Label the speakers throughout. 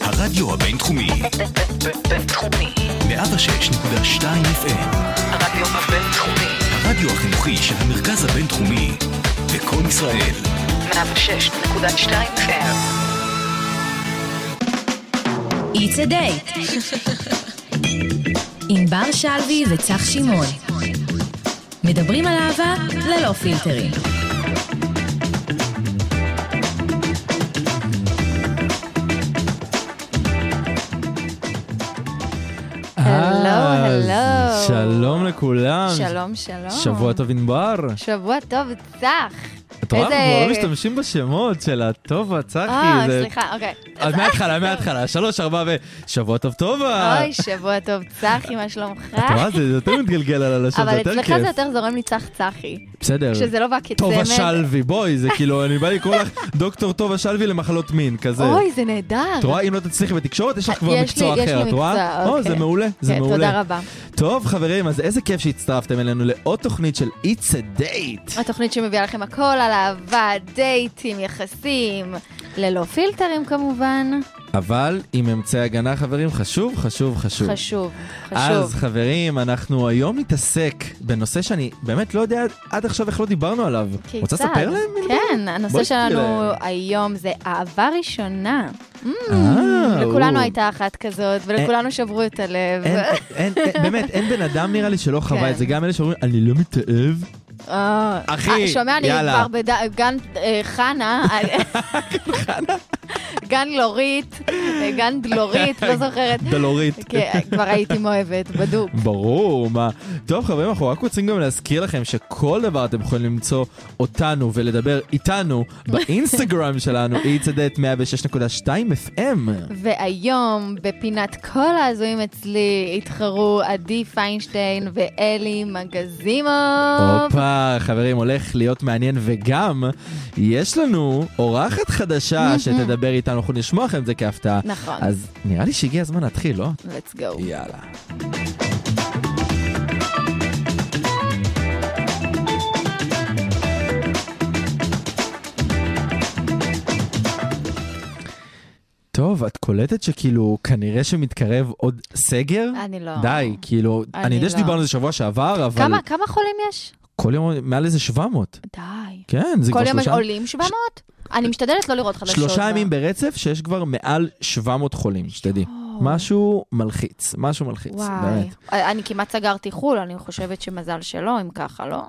Speaker 1: הרדיו הבינתחומי,
Speaker 2: בינתחומי.
Speaker 1: 106.2 FM,
Speaker 2: הרדיו הבינתחומי.
Speaker 1: הרדיו החינוכי של המרכז הבינתחומי, בקום ישראל,
Speaker 2: 106.2 FM.
Speaker 3: It's a date. עם בר שלוי וצח שמעון. מדברים על אהבה ללא פילטרים.
Speaker 4: הלו,
Speaker 5: אז
Speaker 4: הלו.
Speaker 5: שלום לכולם.
Speaker 4: שלום, שלום.
Speaker 5: שבוע טוב ענבר.
Speaker 4: שבוע טוב, צח.
Speaker 5: את רואה,
Speaker 4: איזה-
Speaker 5: אנחנו לא משתמשים בשמות של הטובה,
Speaker 4: אה,
Speaker 5: צחי. זה-
Speaker 4: סליחה, אוקיי.
Speaker 5: אז מההתחלה, מההתחלה, שלוש, ארבע ו... שבוע טוב טובה.
Speaker 4: אוי, שבוע טוב, צחי, מה שלומך?
Speaker 5: את רואה, זה יותר מתגלגל על הלשון, זה
Speaker 4: אבל
Speaker 5: יותר
Speaker 4: אצלך
Speaker 5: כיף.
Speaker 4: זה יותר זורם לי צח צחי.
Speaker 5: בסדר.
Speaker 4: כשזה לא בא כצמד.
Speaker 5: טובה שלוי, בואי, זה כאילו, אני בא לקרוא לך דוקטור טובה שלוי למחלות מין, כזה.
Speaker 4: אוי, זה נהדר.
Speaker 5: את רואה, אם לא תצליחי בתקשורת, יש לך כבר
Speaker 4: יש לי-
Speaker 5: מקצוע
Speaker 4: יש לי
Speaker 5: אחר, את רואה?
Speaker 4: מקצוע,
Speaker 5: או,
Speaker 4: אוקיי.
Speaker 5: זה מעולה, זה
Speaker 4: כן,
Speaker 5: מעולה.
Speaker 4: תודה רבה.
Speaker 5: טוב, חברים, אז איזה כיף שהצטרפתם אלינו לעוד תוכנית של It's a Date.
Speaker 4: התוכנית שמביאה לכם הכל על אהבה, דייטים, יחסים, ללא פילטרים כמובן.
Speaker 5: אבל עם אמצעי הגנה, חברים, חשוב, חשוב, חשוב.
Speaker 4: חשוב,
Speaker 5: אז
Speaker 4: חשוב.
Speaker 5: חברים, אנחנו היום נתעסק בנושא שאני באמת לא יודע עד עכשיו איך לא דיברנו עליו. רוצה
Speaker 4: כיצד?
Speaker 5: לספר להם?
Speaker 4: כן, הנושא
Speaker 5: בואי אה. תספרי
Speaker 4: שלנו
Speaker 5: להם.
Speaker 4: היום זה אהבה ראשונה.
Speaker 5: אה,
Speaker 4: לכולנו
Speaker 5: או. אה,
Speaker 4: הייתה אחת כזאת, ולכולנו שברו את הלב.
Speaker 5: אין, אין, אין, באמת, אין בן אדם נראה לי שלא חווה
Speaker 4: כן.
Speaker 5: את זה, גם אלה שאומרים, אני לא מתאהב.
Speaker 4: אה,
Speaker 5: אחי,
Speaker 4: אה, שומע, אני
Speaker 5: יאללה.
Speaker 4: כבר בגן חנה, גן לורית, אה, גן דלורית, לא זוכרת.
Speaker 5: דלורית.
Speaker 4: כן, כבר הייתי מאוהבת, בדוק.
Speaker 5: ברור, מה. טוב חברים, אנחנו רק רוצים גם להזכיר לכם שכל דבר אתם יכולים למצוא אותנו ולדבר איתנו באינסטגרם שלנו, it's a date 106.2 FM.
Speaker 4: והיום, בפינת כל ההזויים אצלי, התחרו עדי פיינשטיין ואלי מגזימוב.
Speaker 5: הופה, חברים, הולך להיות מעניין, וגם יש לנו אורחת חדשה שתדבר איתנו, אנחנו נשמע לכם את זה כהפתעה.
Speaker 4: נכון.
Speaker 5: אז נראה לי שהגיע הזמן להתחיל, לא?
Speaker 4: let's go.
Speaker 5: יאללה. טוב, את קולטת שכאילו כנראה שמתקרב עוד סגר?
Speaker 4: אני לא...
Speaker 5: די, כאילו,
Speaker 4: אני
Speaker 5: אני יודע
Speaker 4: לא.
Speaker 5: שדיברנו על זה שבוע שעבר, אבל...
Speaker 4: כמה, כמה חולים יש?
Speaker 5: כל יום מעל איזה 700.
Speaker 4: די.
Speaker 5: כן, זה
Speaker 4: כל
Speaker 5: כבר
Speaker 4: יום יש
Speaker 5: שלושה,
Speaker 4: עולים 700? אני משתדלת לא לראות חדשות.
Speaker 5: שלושה
Speaker 4: כבר.
Speaker 5: ימים ברצף שיש כבר מעל 700 חולים, שתדעי.
Speaker 4: יואו.
Speaker 5: משהו מלחיץ, משהו מלחיץ,
Speaker 4: וואי, אה,
Speaker 5: באמת.
Speaker 4: אני כמעט סגרתי חו"ל, אני חושבת שמזל שלא, אם ככה, לא?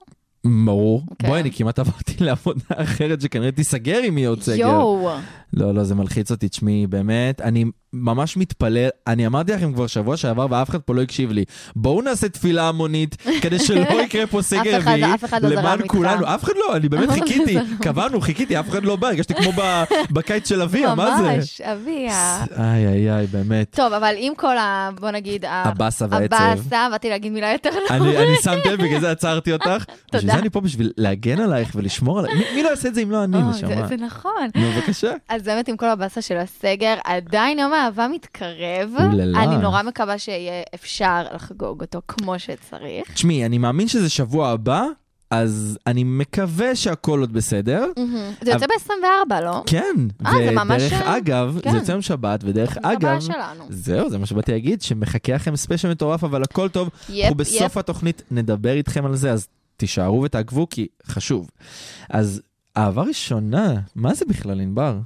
Speaker 5: ברור.
Speaker 4: כן.
Speaker 5: בואי, אני כמעט עברתי לעבודה אחרת שכנראה תיסגר אם יהיה עוד סגר.
Speaker 4: יואו,
Speaker 5: לא, לא, זה מלחיץ אותי, תשמעי, באמת, אני ממש מתפלל. אני אמרתי לכם כבר שבוע שעבר ואף אחד פה לא הקשיב לי. בואו נעשה תפילה המונית כדי שלא יקרה פה סגר
Speaker 4: אחד-
Speaker 5: רביעי.
Speaker 4: אף אחד לא זרם
Speaker 5: למען
Speaker 4: איתך.
Speaker 5: כולנו, אף אחד לא, אני באמת חיכיתי, קבענו, חיכיתי, אף אחד לא בא, הרגשתי כמו ב- בקיץ של אביה, מה זה?
Speaker 4: ממש, אביה.
Speaker 5: איי, איי, איי, באמת.
Speaker 4: טוב, אבל עם כל ה... בוא נגיד... ה-
Speaker 5: הבאסה והעצב.
Speaker 4: הבאסה, באתי להגיד מילה יותר לא.
Speaker 5: אני אני שמתי לב, בגלל זה עצרתי אותך. בשביל
Speaker 4: תודה.
Speaker 5: זה אני פה בשביל להגן עלייך ולשמור עלייך. מי- מי לא יעשה את זה אם לא אני,
Speaker 4: אה,
Speaker 5: נשמה?
Speaker 4: זה- זה נכון.
Speaker 5: נו, בבקשה.
Speaker 4: אז באמת, עם כל הבאסה של הסגר, עדיין יום האהבה מתקרב.
Speaker 5: אוללה.
Speaker 4: אני נורא מקווה שיהיה אפשר לחגוג אותו כמו שצריך.
Speaker 5: תשמעי, אני מאמין שזה שבוע הבא, אז אני מקווה שהכל עוד בסדר.
Speaker 4: זה יוצא
Speaker 5: אבל-
Speaker 4: ב-24, לא?
Speaker 5: כן.
Speaker 4: אה, זה ממש-
Speaker 5: ודרך אגב,
Speaker 4: כן. אה.
Speaker 5: זה יוצא יום שבת, ודרך
Speaker 4: זאת הבעיה
Speaker 5: אגב...
Speaker 4: שלנו.
Speaker 5: זהו, זה מה שבאתי להגיד, שמחכה לכם ספיישל מטורף, אבל הכל טוב.
Speaker 4: יפ,
Speaker 5: אנחנו בסוף התוכנית נדבר איתכם על זה, אז תישארו ותעקבו, כי חשוב. אז אהבה ראשונה, מה זה בכלל, ענבר?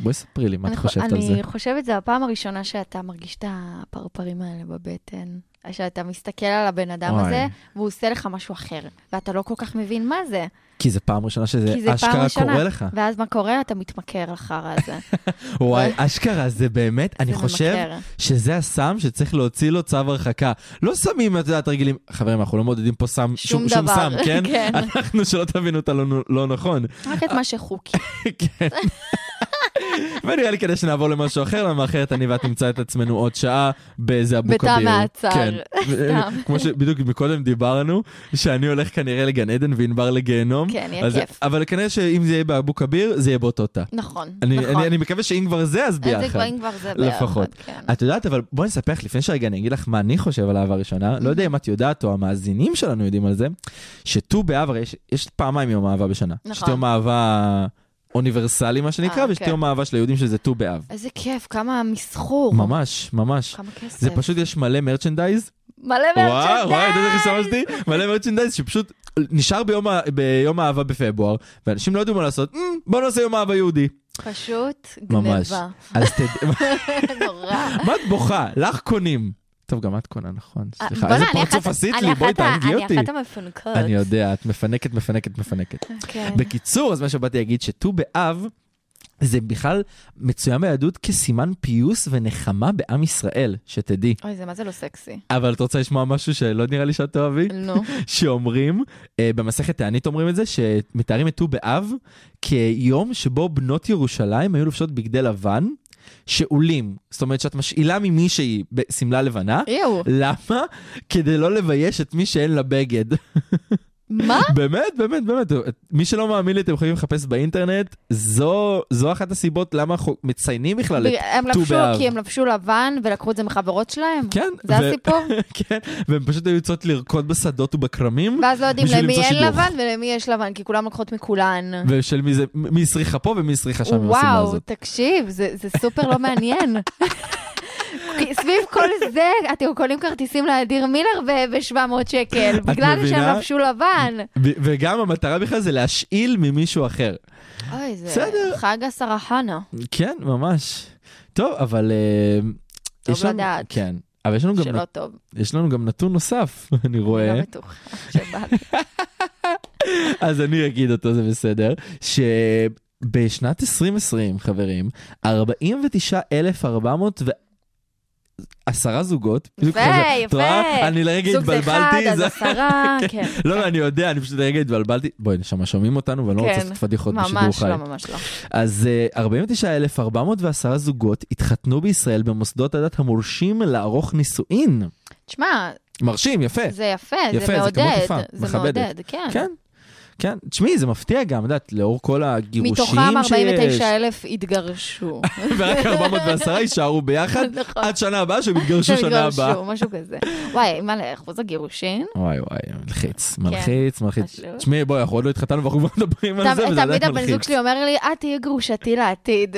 Speaker 5: בואי ספרי לי מה את
Speaker 4: אני חו-
Speaker 5: חושבת על זה.
Speaker 4: אני חושבת זו הפעם הראשונה שאתה מרגיש את הפרפרים האלה בבטן. שאתה מסתכל על הבן אדם
Speaker 5: וואי.
Speaker 4: הזה, והוא עושה לך משהו אחר, ואתה לא כל כך מבין מה זה.
Speaker 5: כי זה פעם ראשונה שזה
Speaker 4: כי זה פעם
Speaker 5: אשכרה
Speaker 4: ראשונה.
Speaker 5: קורה לך.
Speaker 4: ואז מה קורה? אתה מתמכר לחרא הזה.
Speaker 5: וואי, אשכרה, זה באמת, אני
Speaker 4: זה
Speaker 5: חושב
Speaker 4: ממכר.
Speaker 5: שזה הסם שצריך להוציא לו צו הרחקה. לא שמים, את יודעת, רגילים, חברים, אנחנו לא מודדים פה סם, שום
Speaker 4: שום
Speaker 5: שום
Speaker 4: דבר.
Speaker 5: סם, כן?
Speaker 4: כן.
Speaker 5: אנחנו, שלא תבינו אותנו לא נכון.
Speaker 4: רק את מה שחוקי.
Speaker 5: כן. ונראה לי כדי שנעבור למשהו אחר, למה אחרת אני ואת נמצא את עצמנו עוד שעה באיזה אבו
Speaker 4: בתא
Speaker 5: כביר.
Speaker 4: מעצר.
Speaker 5: כן.
Speaker 4: סתם.
Speaker 5: כמו שבדיוק מקודם דיברנו, שאני הולך כנראה לגן עדן וענבר לגיהנום.
Speaker 4: כן, יהיה
Speaker 5: אז-
Speaker 4: כיף.
Speaker 5: אבל כנראה שאם זה יהיה באבו כביר, זה יהיה באותו תא.
Speaker 4: נכון,
Speaker 5: אני,
Speaker 4: נכון.
Speaker 5: אני, אני מקווה שאם כבר זה, אז ביחד.
Speaker 4: איזה גבוהים כבר זה ביחד.
Speaker 5: לפחות.
Speaker 4: כן.
Speaker 5: את יודעת, אבל בואי נספר לך, לפני שרגע אני אגיד לך מה אני חושב על אהבה ראשונה, לא יודע אם את יודעת או המאזינים שלנו יודעים על זה, שט"ו באב, הרי יש, יש פעמיים יום אהבה בשנה. יש את
Speaker 4: נכון.
Speaker 5: יום אהבה אוניברסלי, מה שנקרא,
Speaker 4: אה,
Speaker 5: ויש את
Speaker 4: כן.
Speaker 5: יום האהבה של היהודים שזה ט"ו באב.
Speaker 4: איזה כיף, כמה מסחור.
Speaker 5: ממש, ממש.
Speaker 4: כמה כסף.
Speaker 5: זה פשוט, יש מלא מרצ'נדייז.
Speaker 4: מלא
Speaker 5: וואו, וואי, אתה יודע איך
Speaker 4: מרצ'נדייז.
Speaker 5: השתמשתי? מלא מרצ'נדייז שפשוט נשאר ביום ה- ביום האהבה בפברואר, ואנשים לא ידעו מה לעשות, "מ, בוא נעשה יום אהבה יהודי.
Speaker 4: פשוט
Speaker 5: ממש.
Speaker 4: גניבה.
Speaker 5: אז תדעי,
Speaker 4: נורא.
Speaker 5: מה את בוכה? לך קונים. טוב, גם את קונה, נכון. סליחה,
Speaker 4: אה, בוא'נה,
Speaker 5: איזה
Speaker 4: אני
Speaker 5: פרצוף
Speaker 4: אחת-
Speaker 5: עשית
Speaker 4: אני
Speaker 5: לי, בואי
Speaker 4: אחת ה-
Speaker 5: תענגי אותי.
Speaker 4: אני אחת המפונקות.
Speaker 5: אני יודע, את מפנקת, מפנקת, מפנקת.
Speaker 4: כן.
Speaker 5: בקיצור, אז מה שבאתי להגיד, שט"ו באב זה בכלל מצוין ביהדות כסימן פיוס ונחמה בעם ישראל, שתדעי.
Speaker 4: אוי, זה מה זה לא סקסי.
Speaker 5: אבל את רוצה לשמוע משהו שלא נראה לי שאת תאהבי?
Speaker 4: נו.
Speaker 5: שאומרים, אה, במסכת תענית אומרים את זה, שמתארים את ט"ו באב כיום שבו בנות ירושלים היו לובשות בגדי לבן, שאולים, זאת אומרת שאת משאילה ממישהי בשמלה לבנה.
Speaker 4: יואו.
Speaker 5: למה? כדי לא לבייש את מי שאין לה בגד.
Speaker 4: מה?
Speaker 5: באמת, באמת, באמת. מי שלא מאמין לי, אתם יכולים לחפש באינטרנט, זו, זו אחת הסיבות למה אנחנו מציינים בכלל את...
Speaker 4: הם
Speaker 5: ט"ו
Speaker 4: לבשו,
Speaker 5: באב.
Speaker 4: כי הם לבשו לבן ולקחו את זה מחברות שלהם?
Speaker 5: כן.
Speaker 4: זה הסיפור?
Speaker 5: כן, והן פשוט היו יוצאות לרקוד בשדות ובכרמים.
Speaker 4: ואז לא יודעים
Speaker 5: בשביל
Speaker 4: למי
Speaker 5: למצוא
Speaker 4: אין
Speaker 5: שידוך.
Speaker 4: לבן ולמי יש לבן, כי כולם לוקחות מכולן.
Speaker 5: ושל מי זה, מי הסריחה פה ומי הסריחה שם עם השמלה
Speaker 4: וואו,
Speaker 5: הזאת.
Speaker 4: תקשיב, זה זה סופר לא מעניין. כי סביב כל זה, אתם קונים כרטיסים לאדיר מילר ב-700 שקל, בגלל
Speaker 5: מבינה?
Speaker 4: שהם לבשו לבן.
Speaker 5: ו- וגם המטרה בכלל זה להשאיל ממישהו אחר.
Speaker 4: אוי, זה
Speaker 5: בסדר.
Speaker 4: חג הסרחנה.
Speaker 5: כן, ממש. טוב, אבל... אה,
Speaker 4: טוב
Speaker 5: יש לנו-
Speaker 4: לדעת.
Speaker 5: כן. אבל יש לנו, גם,
Speaker 4: שלא טוב,
Speaker 5: יש לנו גם נתון נוסף, אני
Speaker 4: אני
Speaker 5: רואה,
Speaker 4: לא בטוחה שבא. לי.
Speaker 5: אז אני אגיד אותו, זה בסדר, שבשנת 2020, חברים, 49,400 ו... עשרה זוגות, בדיוק
Speaker 4: יפה,
Speaker 5: חשב- את
Speaker 4: יפה.
Speaker 5: רואה? אני לרגע
Speaker 4: זוג זה אחד,
Speaker 5: התבלבלתי,
Speaker 4: אז
Speaker 5: זה-
Speaker 4: עשרה, כן.
Speaker 5: לא, לא, אני יודע, אני פשוט לרגע התבלבלתי, בואי, נשמה, שומעים אותנו ואני לא רוצה
Speaker 4: כן.
Speaker 5: לעשות פדיחות בשידור
Speaker 4: ממש
Speaker 5: חי.
Speaker 4: לא, ממש לא.
Speaker 5: אז אה, 49,410 זוגות התחתנו בישראל במוסדות הדת המורשים לערוך נישואין.
Speaker 4: תשמע,
Speaker 5: מרשים, יפה.
Speaker 4: זה יפה,
Speaker 5: כן. יפה,
Speaker 4: זה
Speaker 5: זה כמות
Speaker 4: מעודד.
Speaker 5: יפה,
Speaker 4: זה
Speaker 5: מכבדת.
Speaker 4: מעודד, כן.
Speaker 5: כן, כן. תשמעי, זה מפתיע גם, את יודעת, לאור כל הגירושים שיש.
Speaker 4: מתוכם 49 אלף התגרשו.
Speaker 5: ורק 410 יישארו ביחד,
Speaker 4: נכון.
Speaker 5: עד שנה הבאה שהם יתגרשו שנה
Speaker 4: התגרשו,
Speaker 5: הבאה.
Speaker 4: משהו כזה. וואי, מה לאחוז הגירושין?
Speaker 5: וואי וואי, מלחיץ, מלחיץ, מלחיץ.
Speaker 4: כן, חשוב.
Speaker 5: תשמעי, בואי, אנחנו עוד לא התחתנו ואנחנו כבר מדברים על
Speaker 4: תמ-
Speaker 5: זה, וזה עדיין מלחיץ.
Speaker 4: תמיד הבן זוג שלי אומר לי, את תהיי גרושתי לעתיד.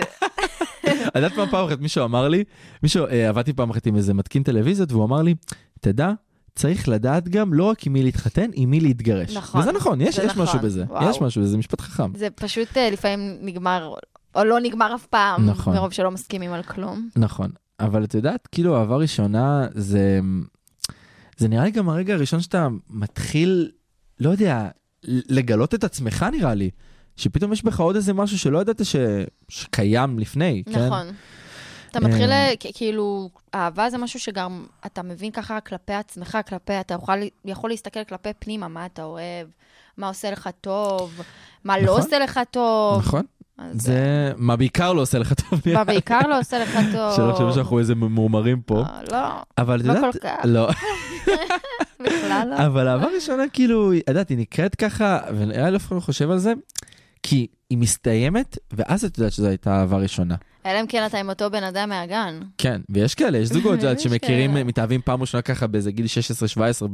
Speaker 5: את יודעת מה פעם אחת מישהו אמר לי? מישהו, אה, עבדתי פעם אחת עם איזה מתקין טלוויזיות, והוא אמר לי, תדע, צריך לדעת גם לא רק עם מי להתחתן, עם מי להתגרש.
Speaker 4: נכון.
Speaker 5: וזה נכון, יש,
Speaker 4: זה
Speaker 5: יש
Speaker 4: נכון.
Speaker 5: משהו בזה.
Speaker 4: וואו.
Speaker 5: יש משהו בזה, זה משפט חכם.
Speaker 4: זה פשוט אה, לפעמים נגמר, או לא נגמר אף פעם,
Speaker 5: נכון.
Speaker 4: מרוב שלא מסכימים על כלום.
Speaker 5: נכון. אבל את יודעת, כאילו, אהבה ראשונה זה... זה נראה לי גם הרגע הראשון שאתה מתחיל, לא יודע, לגלות את עצמך נראה לי. שפתאום יש בך עוד איזה משהו שלא ידעת ש... שקיים לפני, כן?
Speaker 4: נכון. אתה מתחיל,
Speaker 5: אה.
Speaker 4: אה, כ- כאילו, אהבה זה משהו שגם אתה מבין ככה כלפי עצמך, כלפי, אתה יכול, יכול להסתכל כלפי פנימה, מה אתה אוהב, מה עושה לך טוב, מה לא
Speaker 5: נכון.
Speaker 4: עושה לך טוב.
Speaker 5: נכון?
Speaker 4: אז
Speaker 5: זה מה בעיקר לא עושה לך טוב.
Speaker 4: מה
Speaker 5: נראה לי.
Speaker 4: בעיקר לא עושה לך טוב.
Speaker 5: שלא חשבו שאנחנו איזה ממורמרים פה.
Speaker 4: אה, לא,
Speaker 5: אבל את
Speaker 4: לא
Speaker 5: יודעת,
Speaker 4: כל כך,
Speaker 5: לא,
Speaker 4: בכלל לא.
Speaker 5: אבל אהבה ראשונה כאילו, את יודעת, היא נקראת ככה, ונראה לי אף אחד לא חושב על זה, כי היא מסתיימת, ואז את יודעת שזו הייתה אהבה ראשונה.
Speaker 4: אלא אם כן אתה עם אותו בן אדם מהגן.
Speaker 5: כן, ויש כאלה, יש זוגות, את יודעת,
Speaker 4: יש
Speaker 5: שמכירים,
Speaker 4: כאלה.
Speaker 5: מתאהבים פעם ראשונה ככה באיזה גיל 16-17,
Speaker 4: כן,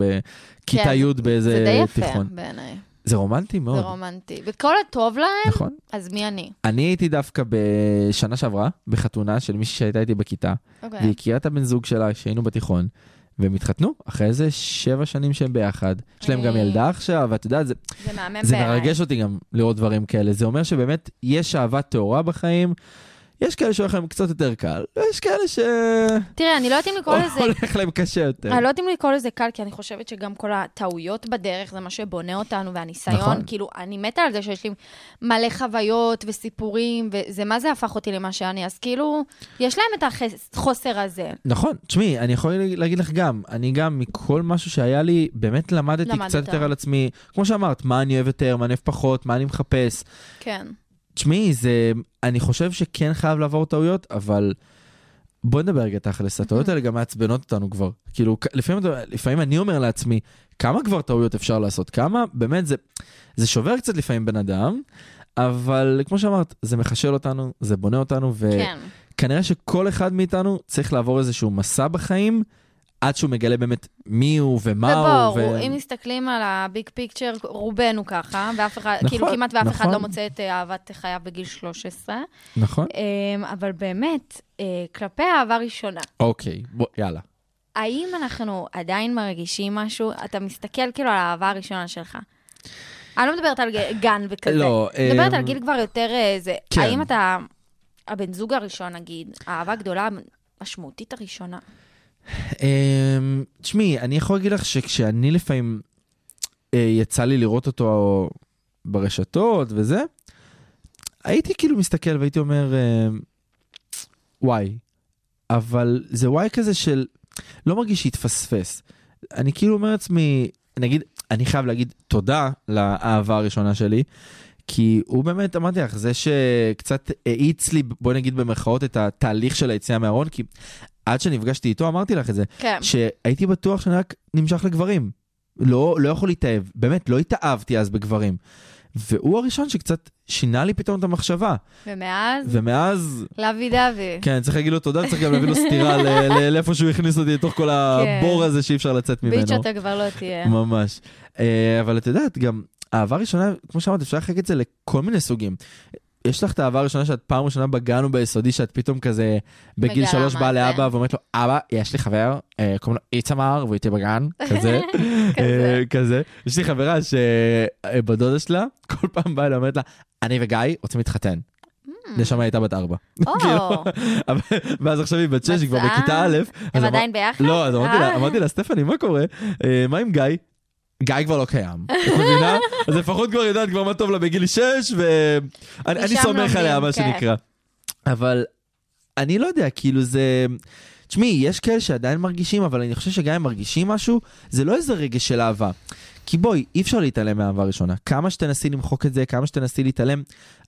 Speaker 5: בכיתה י'
Speaker 4: זה די
Speaker 5: באיזה
Speaker 4: יפה
Speaker 5: תיכון.
Speaker 4: בעיניי,
Speaker 5: זה רומנטי
Speaker 4: זה
Speaker 5: מאוד,
Speaker 4: רומנטי. וכל הטוב להם,
Speaker 5: נכון?
Speaker 4: אז מי אני?
Speaker 5: אני הייתי דווקא בשנה שעברה, בחתונה של מישהי שהייתה איתי בכיתה,
Speaker 4: אוקיי.
Speaker 5: והיא הכירה את הבן זוג שלה כשהיינו בתיכון, והם התחתנו אחרי איזה שבע שנים שהם ביחד. יש להם גם
Speaker 4: אה.
Speaker 5: ילדה עכשיו, ואת יודעת, זה...
Speaker 4: זה מהמם בעיניי.
Speaker 5: זה מרגש אותי גם לראות דברים כאלה. זה אומר שבאמת יש אהבה טהורה בחיים. יש כאלה שהולך להם קצת יותר קל, ויש כאלה ש...
Speaker 4: תראה, אני לא יודעת אם לקרוא לזה...
Speaker 5: הולך להם קשה יותר.
Speaker 4: אני לא יודעת אם לקרוא לזה קל, כי אני חושבת שגם כל הטעויות בדרך זה מה שבונה אותנו, והניסיון,
Speaker 5: נכון.
Speaker 4: כאילו, אני מתה על זה שיש לי מלא חוויות וסיפורים, וזה מה זה הפך אותי למה שאני, אז כאילו, יש להם את החוסר הזה.
Speaker 5: נכון, תשמעי, אני יכול להגיד לך גם, אני גם מכל משהו שהיה לי, באמת למדתי
Speaker 4: למדת.
Speaker 5: קצת יותר על עצמי. כמו שאמרת, מה אני אוהב יותר, מה אני אוהב פחות, מה אני מחפש.
Speaker 4: כן.
Speaker 5: תשמעי, זה... אני חושב שכן חייב לעבור טעויות, אבל... בוא נדבר רגע תכלס, הטעויות האלה גם מעצבנות אותנו כבר. כאילו, כ- לפעמים, אתה- לפעמים אני אומר לעצמי, כמה כבר טעויות אפשר לעשות? כמה? באמת, זה, זה שובר קצת לפעמים בן אדם, אבל כמו שאמרת, זה מחשל אותנו, זה בונה אותנו,
Speaker 4: כן.
Speaker 5: וכנראה שכל אחד מאיתנו צריך לעבור איזשהו מסע בחיים עד שהוא מגלה באמת מי הוא ומה הוא.
Speaker 4: ובואו, אם מסתכלים על הביג פיקצ'ר, רובנו ככה, ואף אחד,
Speaker 5: נכון,
Speaker 4: כאילו כמעט ואף אחד
Speaker 5: נכון.
Speaker 4: לא מוצא את אה, אהבת חייו בגיל 13.
Speaker 5: נכון.
Speaker 4: אמ, אבל באמת, אה, כלפי אהבה ראשונה,
Speaker 5: אוקיי, בוא, יאללה.
Speaker 4: האם אנחנו עדיין מרגישים משהו? אתה מסתכל כאילו על האהבה הראשונה שלך. אני לא מדברת על ג- גן וכזה.
Speaker 5: לא,
Speaker 4: אני מדברת
Speaker 5: אמ,
Speaker 4: על גיל כבר יותר אה, זה.
Speaker 5: כן.
Speaker 4: האם אתה, הבן זוג הראשון נגיד, האהבה הגדולה, המשמעותית הראשונה.
Speaker 5: אמ, תשמעי, אני יכול להגיד לך שכשאני לפעמים אה, יצא לי לראות אותו ברשתות וזה, הייתי כאילו מסתכל והייתי אומר, אמ, וואי. אבל זה וואי כזה של, לא מרגיש שהתפספס. אני כאילו אומר לעצמי, נגיד, אני חייב להגיד תודה לאהבה הראשונה שלי, כי הוא באמת, אמרתי לך, זה שקצת האיץ לי, בואי נגיד במרכאות, את התהליך של היציאה מהארון, כי עד שנפגשתי איתו אמרתי לך את זה,
Speaker 4: כן.
Speaker 5: שהייתי בטוח שאני רק נמשך לגברים. לא, לא יכול להתאהב, באמת, לא התאהבתי אז בגברים. והוא הראשון שקצת שינה לי פתאום את המחשבה.
Speaker 4: ומאז,
Speaker 5: ומאז,
Speaker 4: לוי דווי.
Speaker 5: כן, צריך להגיד לו תודה, צריך גם להביא לו סטירה ל- ל- לאיפה שהוא הכניס אותי, לתוך כל הבור הזה שאי אפשר לצאת ממנו. כאילו,
Speaker 4: ביץ' אתה כבר לא תהיה.
Speaker 5: ממש. אה, אבל את יודעת, גם אהבה ראשונה, כמו שאמרת, אפשר לחלק את זה לכל מיני סוגים. יש לך את האהבה הראשונה שאת פעם ראשונה בגן או ביסודי, שאת פתאום כזה בגיל
Speaker 4: מגלה
Speaker 5: שלוש
Speaker 4: מה
Speaker 5: באה
Speaker 4: זה.
Speaker 5: לאבא ואומרת לו, אבא, יש לי חבר, אה, קוראים לו איתמר, והוא איתי בגן, כזה. אה, כזה. יש לי חברה שבדודה שלה, כל פעם באה אליה, אומרת לה, אני וגיא רוצים להתחתן. נשמה הייתה בת ארבע.
Speaker 4: Mm. או,
Speaker 5: כאילו, אבל- ואז עכשיו היא בת שש, היא כבר
Speaker 4: מצאה?
Speaker 5: בכיתה א'. אז
Speaker 4: הם
Speaker 5: אמר-
Speaker 4: עדיין ביחד?
Speaker 5: לא, אז אמרתי לה,
Speaker 4: אה.
Speaker 5: אמרתי לה, סטפני, מה קורה? אה, מה עם גיא? גיא כבר לא קיים, את מבינה? אז לפחות כבר יודעת כבר מה טוב לה בגיל 6, ואני אני
Speaker 4: משם
Speaker 5: סומך
Speaker 4: לומדים,
Speaker 5: עליה, מה
Speaker 4: כן.
Speaker 5: שנקרא. אבל אני לא יודע, כאילו זה... תשמעי, יש כאלה שעדיין מרגישים, אבל אני חושב שגם אם מרגישים משהו, זה לא איזה רגש של אהבה. כי בואי, אי אפשר להתעלם מהאהבה הראשונה. כמה שתנסי למחוק את זה, כמה שתנסי להתעלם,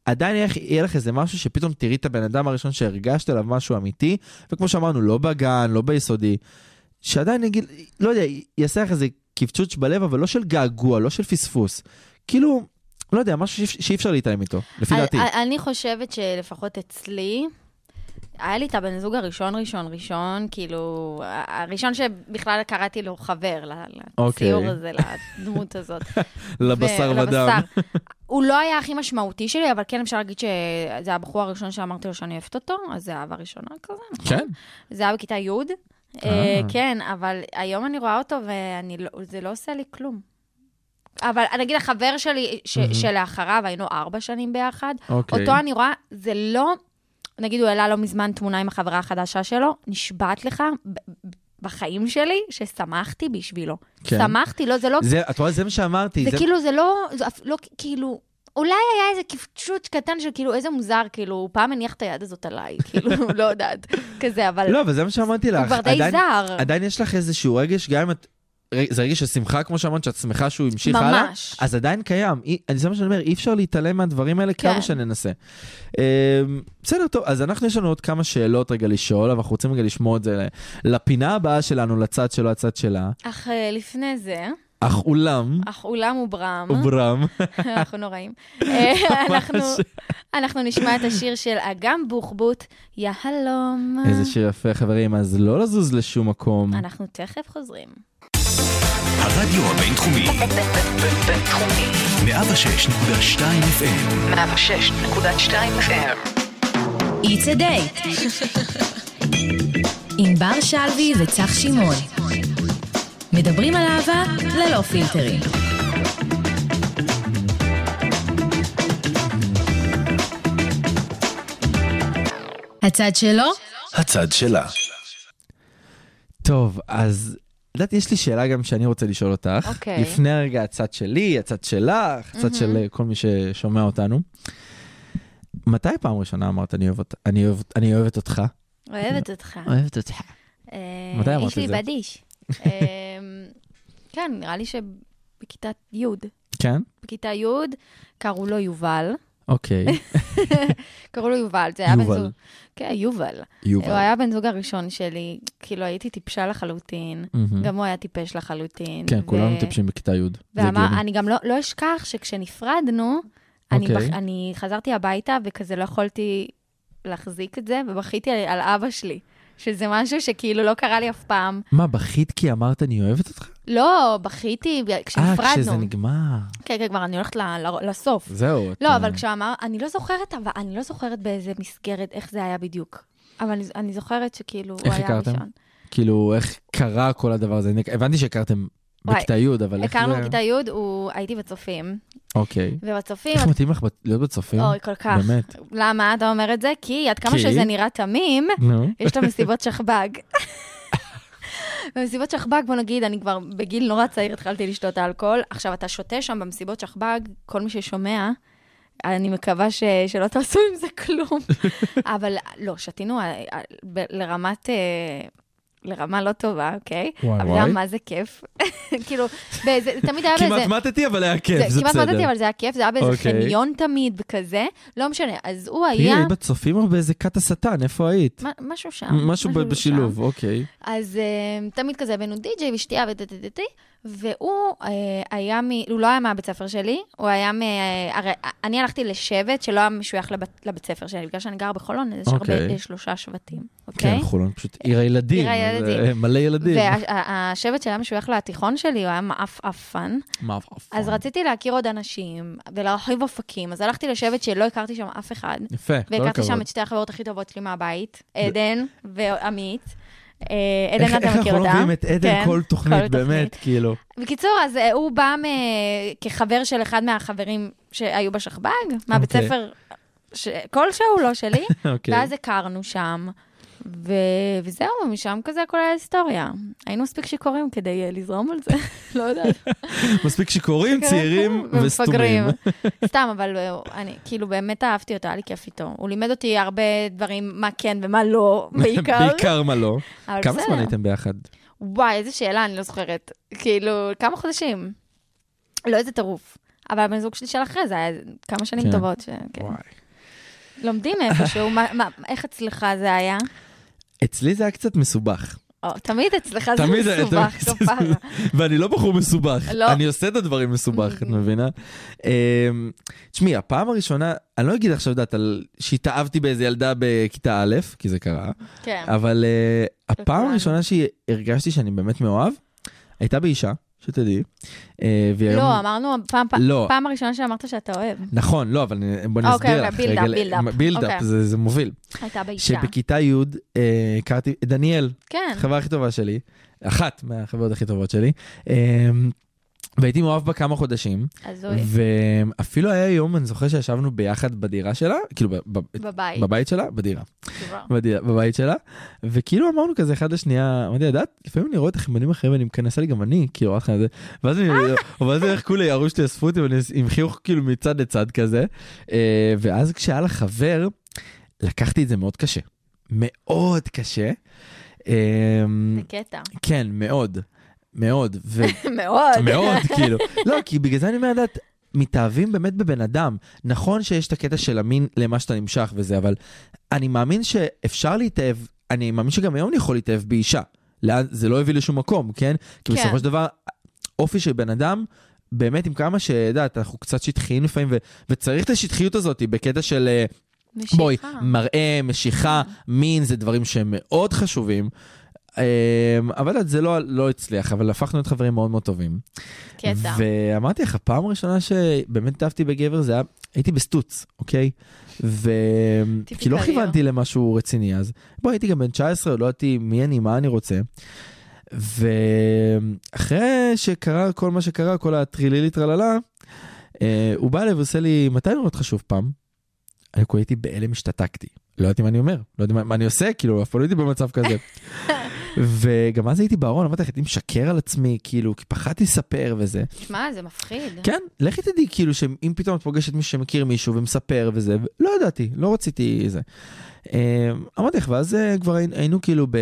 Speaker 5: עדיין יהיה, לך- יהיה לך איזה משהו שפתאום תראי את הבן אדם הראשון שהרגשת עליו משהו אמיתי, וכמו שאמרנו, לא בגן, לא ביסודי, שעדיין נגיד, לא יודע, יעשה לך איזה קפצ'וץ' בלב, אבל לא של געגוע, לא של פספוס. כאילו, לא יודע, משהו שאי, שאי אפשר להתעלם איתו, לפי דעתי.
Speaker 4: אני- אני חושבת שלפחות אצלי, היה לי את הבן זוג הראשון, ראשון, ראשון, כאילו, ה- הראשון שבכלל קראתי לו חבר, ל-
Speaker 5: אוקיי.
Speaker 4: לציור הזה, לדמות הזאת.
Speaker 5: לבשר
Speaker 4: ו-
Speaker 5: ודם.
Speaker 4: לבשר. הוא לא היה הכי משמעותי שלי, אבל כן אפשר להגיד שזה הבחור הראשון שאמרתי לו שאני אוהבת אותו, אז זה אהבה ראשונה כזה.
Speaker 5: כן.
Speaker 4: זה היה בכיתה י'. אה, כן, אבל היום אני רואה אותו וזה לא עושה לי כלום. אבל נגיד החבר שלי, ש- שלאחריו, היינו ארבע שנים ביחד,
Speaker 5: אוקיי.
Speaker 4: אותו אני רואה, זה לא... נגיד, הוא העלה לא מזמן תמונה עם החברה החדשה שלו, נשבעת לך, ב- בחיים שלי, ששמחתי בשבילו.
Speaker 5: כן.
Speaker 4: שמחתי, לא, זה לא...
Speaker 5: זה, את רואה, זה מה שאמרתי.
Speaker 4: זה
Speaker 5: זה-
Speaker 4: כאילו, זה לא... זה אפ- לא כאילו... אולי היה איזה קפצ'וט קטן של כאילו, איזה מוזר, כאילו, הוא פעם הניח את היד הזאת עליי, כאילו, לא יודעת, כזה, אבל...
Speaker 5: לא, אבל זה מה שאמרתי לך.
Speaker 4: כאילו- הוא כבר די
Speaker 5: עדיין-
Speaker 4: זר.
Speaker 5: עדיין יש לך איזשהו רגש, גם אם את... ר- זה רגש של שמחה, כמו שאמרת, שאת שמחה שהוא המשיך
Speaker 4: ממש.
Speaker 5: הלאה. אז עדיין קיים. אי- אני- זה מה שאני אומר, אי אפשר להתעלם מהדברים האלה
Speaker 4: כן.
Speaker 5: כמה שננסה. אמ, בסדר, טוב, אז אנחנו יש לנו עוד כמה שאלות רגע לשאול, אבל אנחנו רוצים רגע לשמוע את זה לפינה הבאה שלנו, לצד שלו, הצד שלה.
Speaker 4: אך אה, לפני זה,
Speaker 5: אך אולם,
Speaker 4: אך אולם וברם,
Speaker 5: וברם,
Speaker 4: אנחנו נוראים, אה, אנחנו- אנחנו נשמע את השיר של אגם בוחבוט, יהלום.
Speaker 5: איזה שיר יפה, חברים, אז לא לזוז לשום מקום.
Speaker 4: אנחנו תכף חוזרים.
Speaker 1: הרדיו הבינתחומי,
Speaker 2: בינתחומי,
Speaker 1: 106.2 FM,
Speaker 2: 106.2 FM,
Speaker 3: It's a date. עם בר שלוי וצח שמעון. מדברים על אהבה ללא פילטרים. הצד שלו?
Speaker 1: הצד שלה.
Speaker 5: טוב, אז יודעת, יש לי שאלה גם שאני רוצה לשאול אותך.
Speaker 4: אוקיי.
Speaker 5: לפני הרגע הצד שלי, הצד שלך, הצד של אה, כל מי ששומע אותנו. מתי פעם ראשונה אמרת אני אוהבת, אני אוהבת, אני אוהבת אותך?
Speaker 4: אוהבת אותך.
Speaker 5: אוהבת אותך.
Speaker 4: אה,
Speaker 5: מתי אמרת
Speaker 4: איש לי
Speaker 5: את זה?
Speaker 4: בדיש. אה, כן, נראה לי שבכיתה י'.
Speaker 5: כן?
Speaker 4: בכיתה י' קראו לו יובל.
Speaker 5: אוקיי.
Speaker 4: קראו לו יובל, זה היה בן
Speaker 5: יובל.
Speaker 4: זוג. כן, יובל.
Speaker 5: יובל.
Speaker 4: הוא היה בן זוג הראשון שלי, כאילו הייתי טיפשה לחלוטין.
Speaker 5: מהמם.
Speaker 4: גם הוא היה טיפש לחלוטין.
Speaker 5: כן,
Speaker 4: ו-
Speaker 5: כולנו טיפשים בכיתה י'. זה
Speaker 4: ואמר,
Speaker 5: הגיוני.
Speaker 4: אני גם לא, לא אשכח שכשנפרדנו, אני,
Speaker 5: אוקיי.
Speaker 4: בח, אני חזרתי הביתה וכזה לא יכולתי להחזיק את זה, ובכיתי על, על אבא שלי. שזה משהו שכאילו לא קרה לי אף פעם.
Speaker 5: מה, בכית כי אמרת אני אוהבת אותך?
Speaker 4: לא, בכיתי
Speaker 5: אה, כשזה
Speaker 4: כשנפרדנו.
Speaker 5: נגמר.
Speaker 4: כן, כן, כבר אני הולכת ל- ל- לסוף.
Speaker 5: זהו.
Speaker 4: לא,
Speaker 5: אתה-
Speaker 4: אבל כשאמר, אני לא זוכרת, אבל אני לא זוכרת באיזה מסגרת, איך זה היה בדיוק. אבל אני- אני זוכרת שכאילו, הוא
Speaker 5: איך
Speaker 4: היה
Speaker 5: הכרתם?
Speaker 4: הראשון.
Speaker 5: כאילו, איך קרה כל הדבר הזה? אני- הבנתי שהכרתם
Speaker 4: וואי,
Speaker 5: בכיתה י', אבל איך זה...
Speaker 4: הכרנו בכיתה י', הוא- הייתי בצופים,
Speaker 5: אוקיי.
Speaker 4: ובצופים,
Speaker 5: איך מתאים לך בת- להיות בצופים?
Speaker 4: אוי, כל כך.
Speaker 5: באמת.
Speaker 4: למה אתה אומר את זה? כי עד כמה
Speaker 5: כי?
Speaker 4: שזה נראה תמים,
Speaker 5: נו.
Speaker 4: יש לו מסיבות שכב"ג. במסיבות שכב"ג, בוא נגיד, אני כבר בגיל נורא צעיר התחלתי לשתות אלכוהול. עכשיו, אתה שותה שם במסיבות שכב"ג, כל מי ששומע, אני מקווה ש... שלא תעשו עם זה כלום. אבל לא, שתינו אה, אה, ב- לרמת... אה, לרמה לא טובה, אוקיי?
Speaker 5: וואי,
Speaker 4: אבל
Speaker 5: וואי.
Speaker 4: גם מה זה כיף. כאילו, באיזה- תמיד היה באיזה...
Speaker 5: כמעט מתתי, אבל היה כיף, זה בסדר.
Speaker 4: כמעט מתתי, אבל זה היה כיף, זה היה באיזה
Speaker 5: אוקיי.
Speaker 4: חניון תמיד, וכזה. לא משנה, אז הוא
Speaker 5: תגידי,
Speaker 4: היה...
Speaker 5: היית בצופים או באיזה כת השטן? איפה היית?
Speaker 4: מה- משהו שם.
Speaker 5: משהו ב-
Speaker 4: שם.
Speaker 5: בשילוב, אוקיי.
Speaker 4: אז אה, תמיד כזה הבאנו די-ג'יי ושתייה וטטטטי, והוא אה, היה מ... הוא לא היה מהבית ספר שלי, הוא היה מ... אה, הרי אה, אני הלכתי לשבט שלא היה משוייך לבית, לבית ספר שלי, בגלל שאני גרה בחולון, אז יש הרבה,
Speaker 5: אוקיי.
Speaker 4: יש שלושה שבטים,
Speaker 5: כן,
Speaker 4: אוקיי?
Speaker 5: חולון פשוט עיר הילדים.
Speaker 4: עיר הילדים.
Speaker 5: אה, מלא ילדים.
Speaker 4: והשבט שהיה משוייך לתיכון שלי, הוא היה מעפעפן,
Speaker 5: מה,
Speaker 4: אז
Speaker 5: פאק.
Speaker 4: רציתי להכיר עוד אנשים ולהרחיב אופקים, אז הלכתי לשבט שלא הכרתי שם אף אחד.
Speaker 5: יפה, כל
Speaker 4: והכרתי שם
Speaker 5: לא הכבוד.
Speaker 4: את שתי החברות הכי טובות שלי מהבית, עדן ועמית. אה, עדן,
Speaker 5: איך
Speaker 4: אתה מכיר אותה?
Speaker 5: איך אנחנו לא מביאים את עדן
Speaker 4: כן,
Speaker 5: כל תוכנית,
Speaker 4: תוכנית.
Speaker 5: באמת, כאילו.
Speaker 4: בקיצור, אז אה, הוא בא מ- כחבר של אחד מהחברים שהיו בשכב"ג, מהבית
Speaker 5: אוקיי.
Speaker 4: ספר ש- כלשהו, לא שלי,
Speaker 5: אוקיי.
Speaker 4: ואז הכרנו שם, ו... וזהו, משם כזה כל ההיסטוריה. היינו מספיק שיכורים כדי אה, לזרום על זה, לא יודעת.
Speaker 5: מספיק שקוראים, צעירים וסתומים.
Speaker 4: ומפגרים. כן, סתם, אבל אה, אני כאילו באמת אהבתי אותו, היה לי כיף איתו. הוא לימד אותי הרבה דברים, מה כן ומה לא, בעיקר.
Speaker 5: בעיקר מה לא.
Speaker 4: אבל
Speaker 5: כמה
Speaker 4: בסדר.
Speaker 5: זמן הייתם ביחד?
Speaker 4: וואי, איזה שאלה, אני לא זוכרת. כאילו, כמה חודשים. לא איזה טירוף. אבל הבן זוג שלי של אחרי זה היה כמה שנים
Speaker 5: כן.
Speaker 4: טובות. ש... כן. לומדים איפשהו, מה, מה, איך אצלך זה היה?
Speaker 5: אצלי זה היה קצת מסובך.
Speaker 4: או, תמיד אצלך זה
Speaker 5: תמיד זה-
Speaker 4: מסובך,
Speaker 5: תמיד-
Speaker 4: כפרה.
Speaker 5: ואני לא בחור מסובך,
Speaker 4: לא. Mm-hmm.
Speaker 5: אני עושה את הדברים מסובך, את מבינה? אמ, תשמעי, הפעם הראשונה, אני לא אגיד עכשיו, את יודעת, על- שהתאהבתי באיזה ילדה בכיתה א', כי זה קרה,
Speaker 4: כן.
Speaker 5: אבל אה, הפעם
Speaker 4: לכולנו.
Speaker 5: הראשונה שהרגשתי שאני באמת מאוהב, הייתה באישה, שתדעי. אה, והיא היום-
Speaker 4: לא, אמרנו, פעם, פעם,
Speaker 5: לא.
Speaker 4: פעם הראשונה שאמרת שאתה אוהב,
Speaker 5: נכון, לא, אבל אני- בוא
Speaker 4: אוקיי,
Speaker 5: נסביר
Speaker 4: אוקיי,
Speaker 5: לך.
Speaker 4: build up,
Speaker 5: רגע,
Speaker 4: build up.
Speaker 5: בילדאפ,
Speaker 4: אוקיי.
Speaker 5: זה מוביל.
Speaker 4: הייתה באישה.
Speaker 5: שבכיתה י' אה, הכרתי את דניאל,
Speaker 4: כן,
Speaker 5: החברה הכי טובה שלי, אחת מהחברות הכי טובות שלי, אמ, והייתי מאוהב בה כמה חודשים,
Speaker 4: הזוי,
Speaker 5: ואפילו היה יום, אני זוכר שישבנו ביחד בדירה שלה, כאילו ב- ב-
Speaker 4: בבית.
Speaker 5: בבית שלה, בדירה,
Speaker 4: כבר.
Speaker 5: בדירה- בבית שלה, וכאילו אמרנו כזה אחד לשנייה, אמרתי, ידעת, לפעמים אני רואה את החמנים אחרים ואני מכנס לי גם אני, כאילו, אחלה זה, ואז אני, ואז איך כולי יערו שלי אספו אותי ואני עם חיוך כאילו מצד לצד כזה, אה, ואז כשהיה לה חבר, לקחתי את זה מאוד קשה, מאוד קשה. אמ,
Speaker 4: זה קטע.
Speaker 5: כן, מאוד. מאוד. ו...
Speaker 4: מאוד.
Speaker 5: מאוד, כאילו. לא, כי בגלל זה אני אומר, לדעת, מתאהבים באמת בבן אדם. נכון שיש את הקטע של המין למה שאתה נמשך וזה, אבל אני מאמין שאפשר להתאהב, אני מאמין שגם היום אני יכול להתאהב באישה. לאן- זה לא הביא לשום מקום, כן? כי
Speaker 4: כן.
Speaker 5: בסופו של דבר, אופי של בן אדם, באמת עם כמה שדעת, אנחנו קצת שטחיים לפעמים, ו- וצריך את השטחיות הזאת בקטע של... אה,
Speaker 4: משיכה. כן.
Speaker 5: בואי, מראה, משיכה, מין, זה דברים שהם מאוד חשובים. אמ, אבל את זה לא, לא הצליח, אבל הפכנו להיות חברים מאוד מאוד טובים.
Speaker 4: קטע.
Speaker 5: ואמרתי לך, פעם ראשונה שבאמת טעפתי בגבר זה היה, הייתי בסטוץ, אוקיי? וכי לא
Speaker 4: טיפיקלי,
Speaker 5: כיוונתי למשהו רציני אז. בוא, הייתי גם בן 19, עוד לא ידעתי מי אני, מה אני רוצה. ואחרי שקרה כל מה שקרה, כל הטרילילי טרללה, אה, הוא בא אליי ועושה לי, מתי נראה אותך שוב פעם? אני כאילו הייתי בהלם, השתתקתי. לא ידעתי מה אני אומר, לא ידעתי מה, מה אני עושה, כאילו, אף פעם לא הייתי במצב כזה. וגם אז הייתי בארון, אמרתי לך, הייתי משקר על עצמי, כאילו, כי פחדתי לספר וזה.
Speaker 4: שמע, זה מפחיד.
Speaker 5: כן, לכי תדעי, כאילו, שאם פתאום את פוגשת מישהו שמכיר מישהו ומספר וזה, ו- לא ידעתי, לא רציתי זה. אה, אמרתי לך, ואז אה, כבר היינו- היינו כאילו, ב...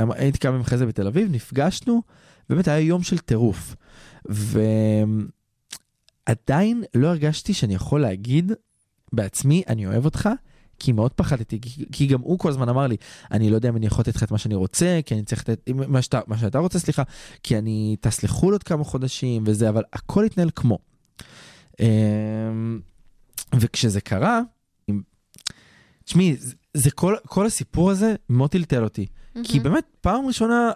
Speaker 5: אמ- הייתי כמה ימים אחרי זה בתל אביב, נפגשנו, באמת היה יום של טירוף. ועדיין לא הרגשתי שאני יכול להגיד בעצמי, אני אוהב אותך. כי מאוד פחדתי, כי, כי גם הוא כל הזמן אמר לי, אני לא יודע אם אני יכול לתת לך את מה שאני רוצה, כי אני צריך לתת, מה שאתה, מה שאתה רוצה, סליחה, כי אני טס לחו"ל עוד כמה חודשים וזה, אבל הכל התנהל כמו. אמ, וכשזה קרה, תשמעי, זה- זה כל, כל הסיפור הזה מאוד טלטל אותי. כי באמת, פעם ראשונה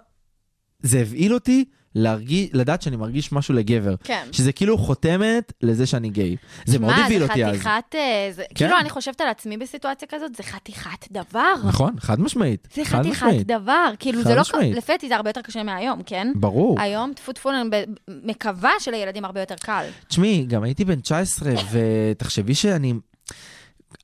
Speaker 5: זה הבהיל אותי להרגיש, לדעת שאני מרגיש משהו לגבר.
Speaker 4: כן.
Speaker 5: שזה כאילו חותמת לזה שאני גיי. זה מאוד
Speaker 4: מה,
Speaker 5: הבהיל
Speaker 4: זה
Speaker 5: אותי אז.
Speaker 4: חתיכת... אה, זה-
Speaker 5: כן.
Speaker 4: כאילו, אני חושבת על עצמי בסיטואציה כזאת, זה חתיכת דבר.
Speaker 5: נכון, חד משמעית.
Speaker 4: זה
Speaker 5: חד
Speaker 4: חתיכת
Speaker 5: משמעית.
Speaker 4: דבר. כאילו, זה
Speaker 5: חד
Speaker 4: לא...
Speaker 5: משמעית.
Speaker 4: לפי דעתי זה הרבה יותר קשה מהיום, כן?
Speaker 5: ברור.
Speaker 4: היום, טפו טפו, אני ב- מקווה שלילדים הרבה יותר קל.
Speaker 5: תשמעי, גם הייתי בן 19, ותחשבי שאני...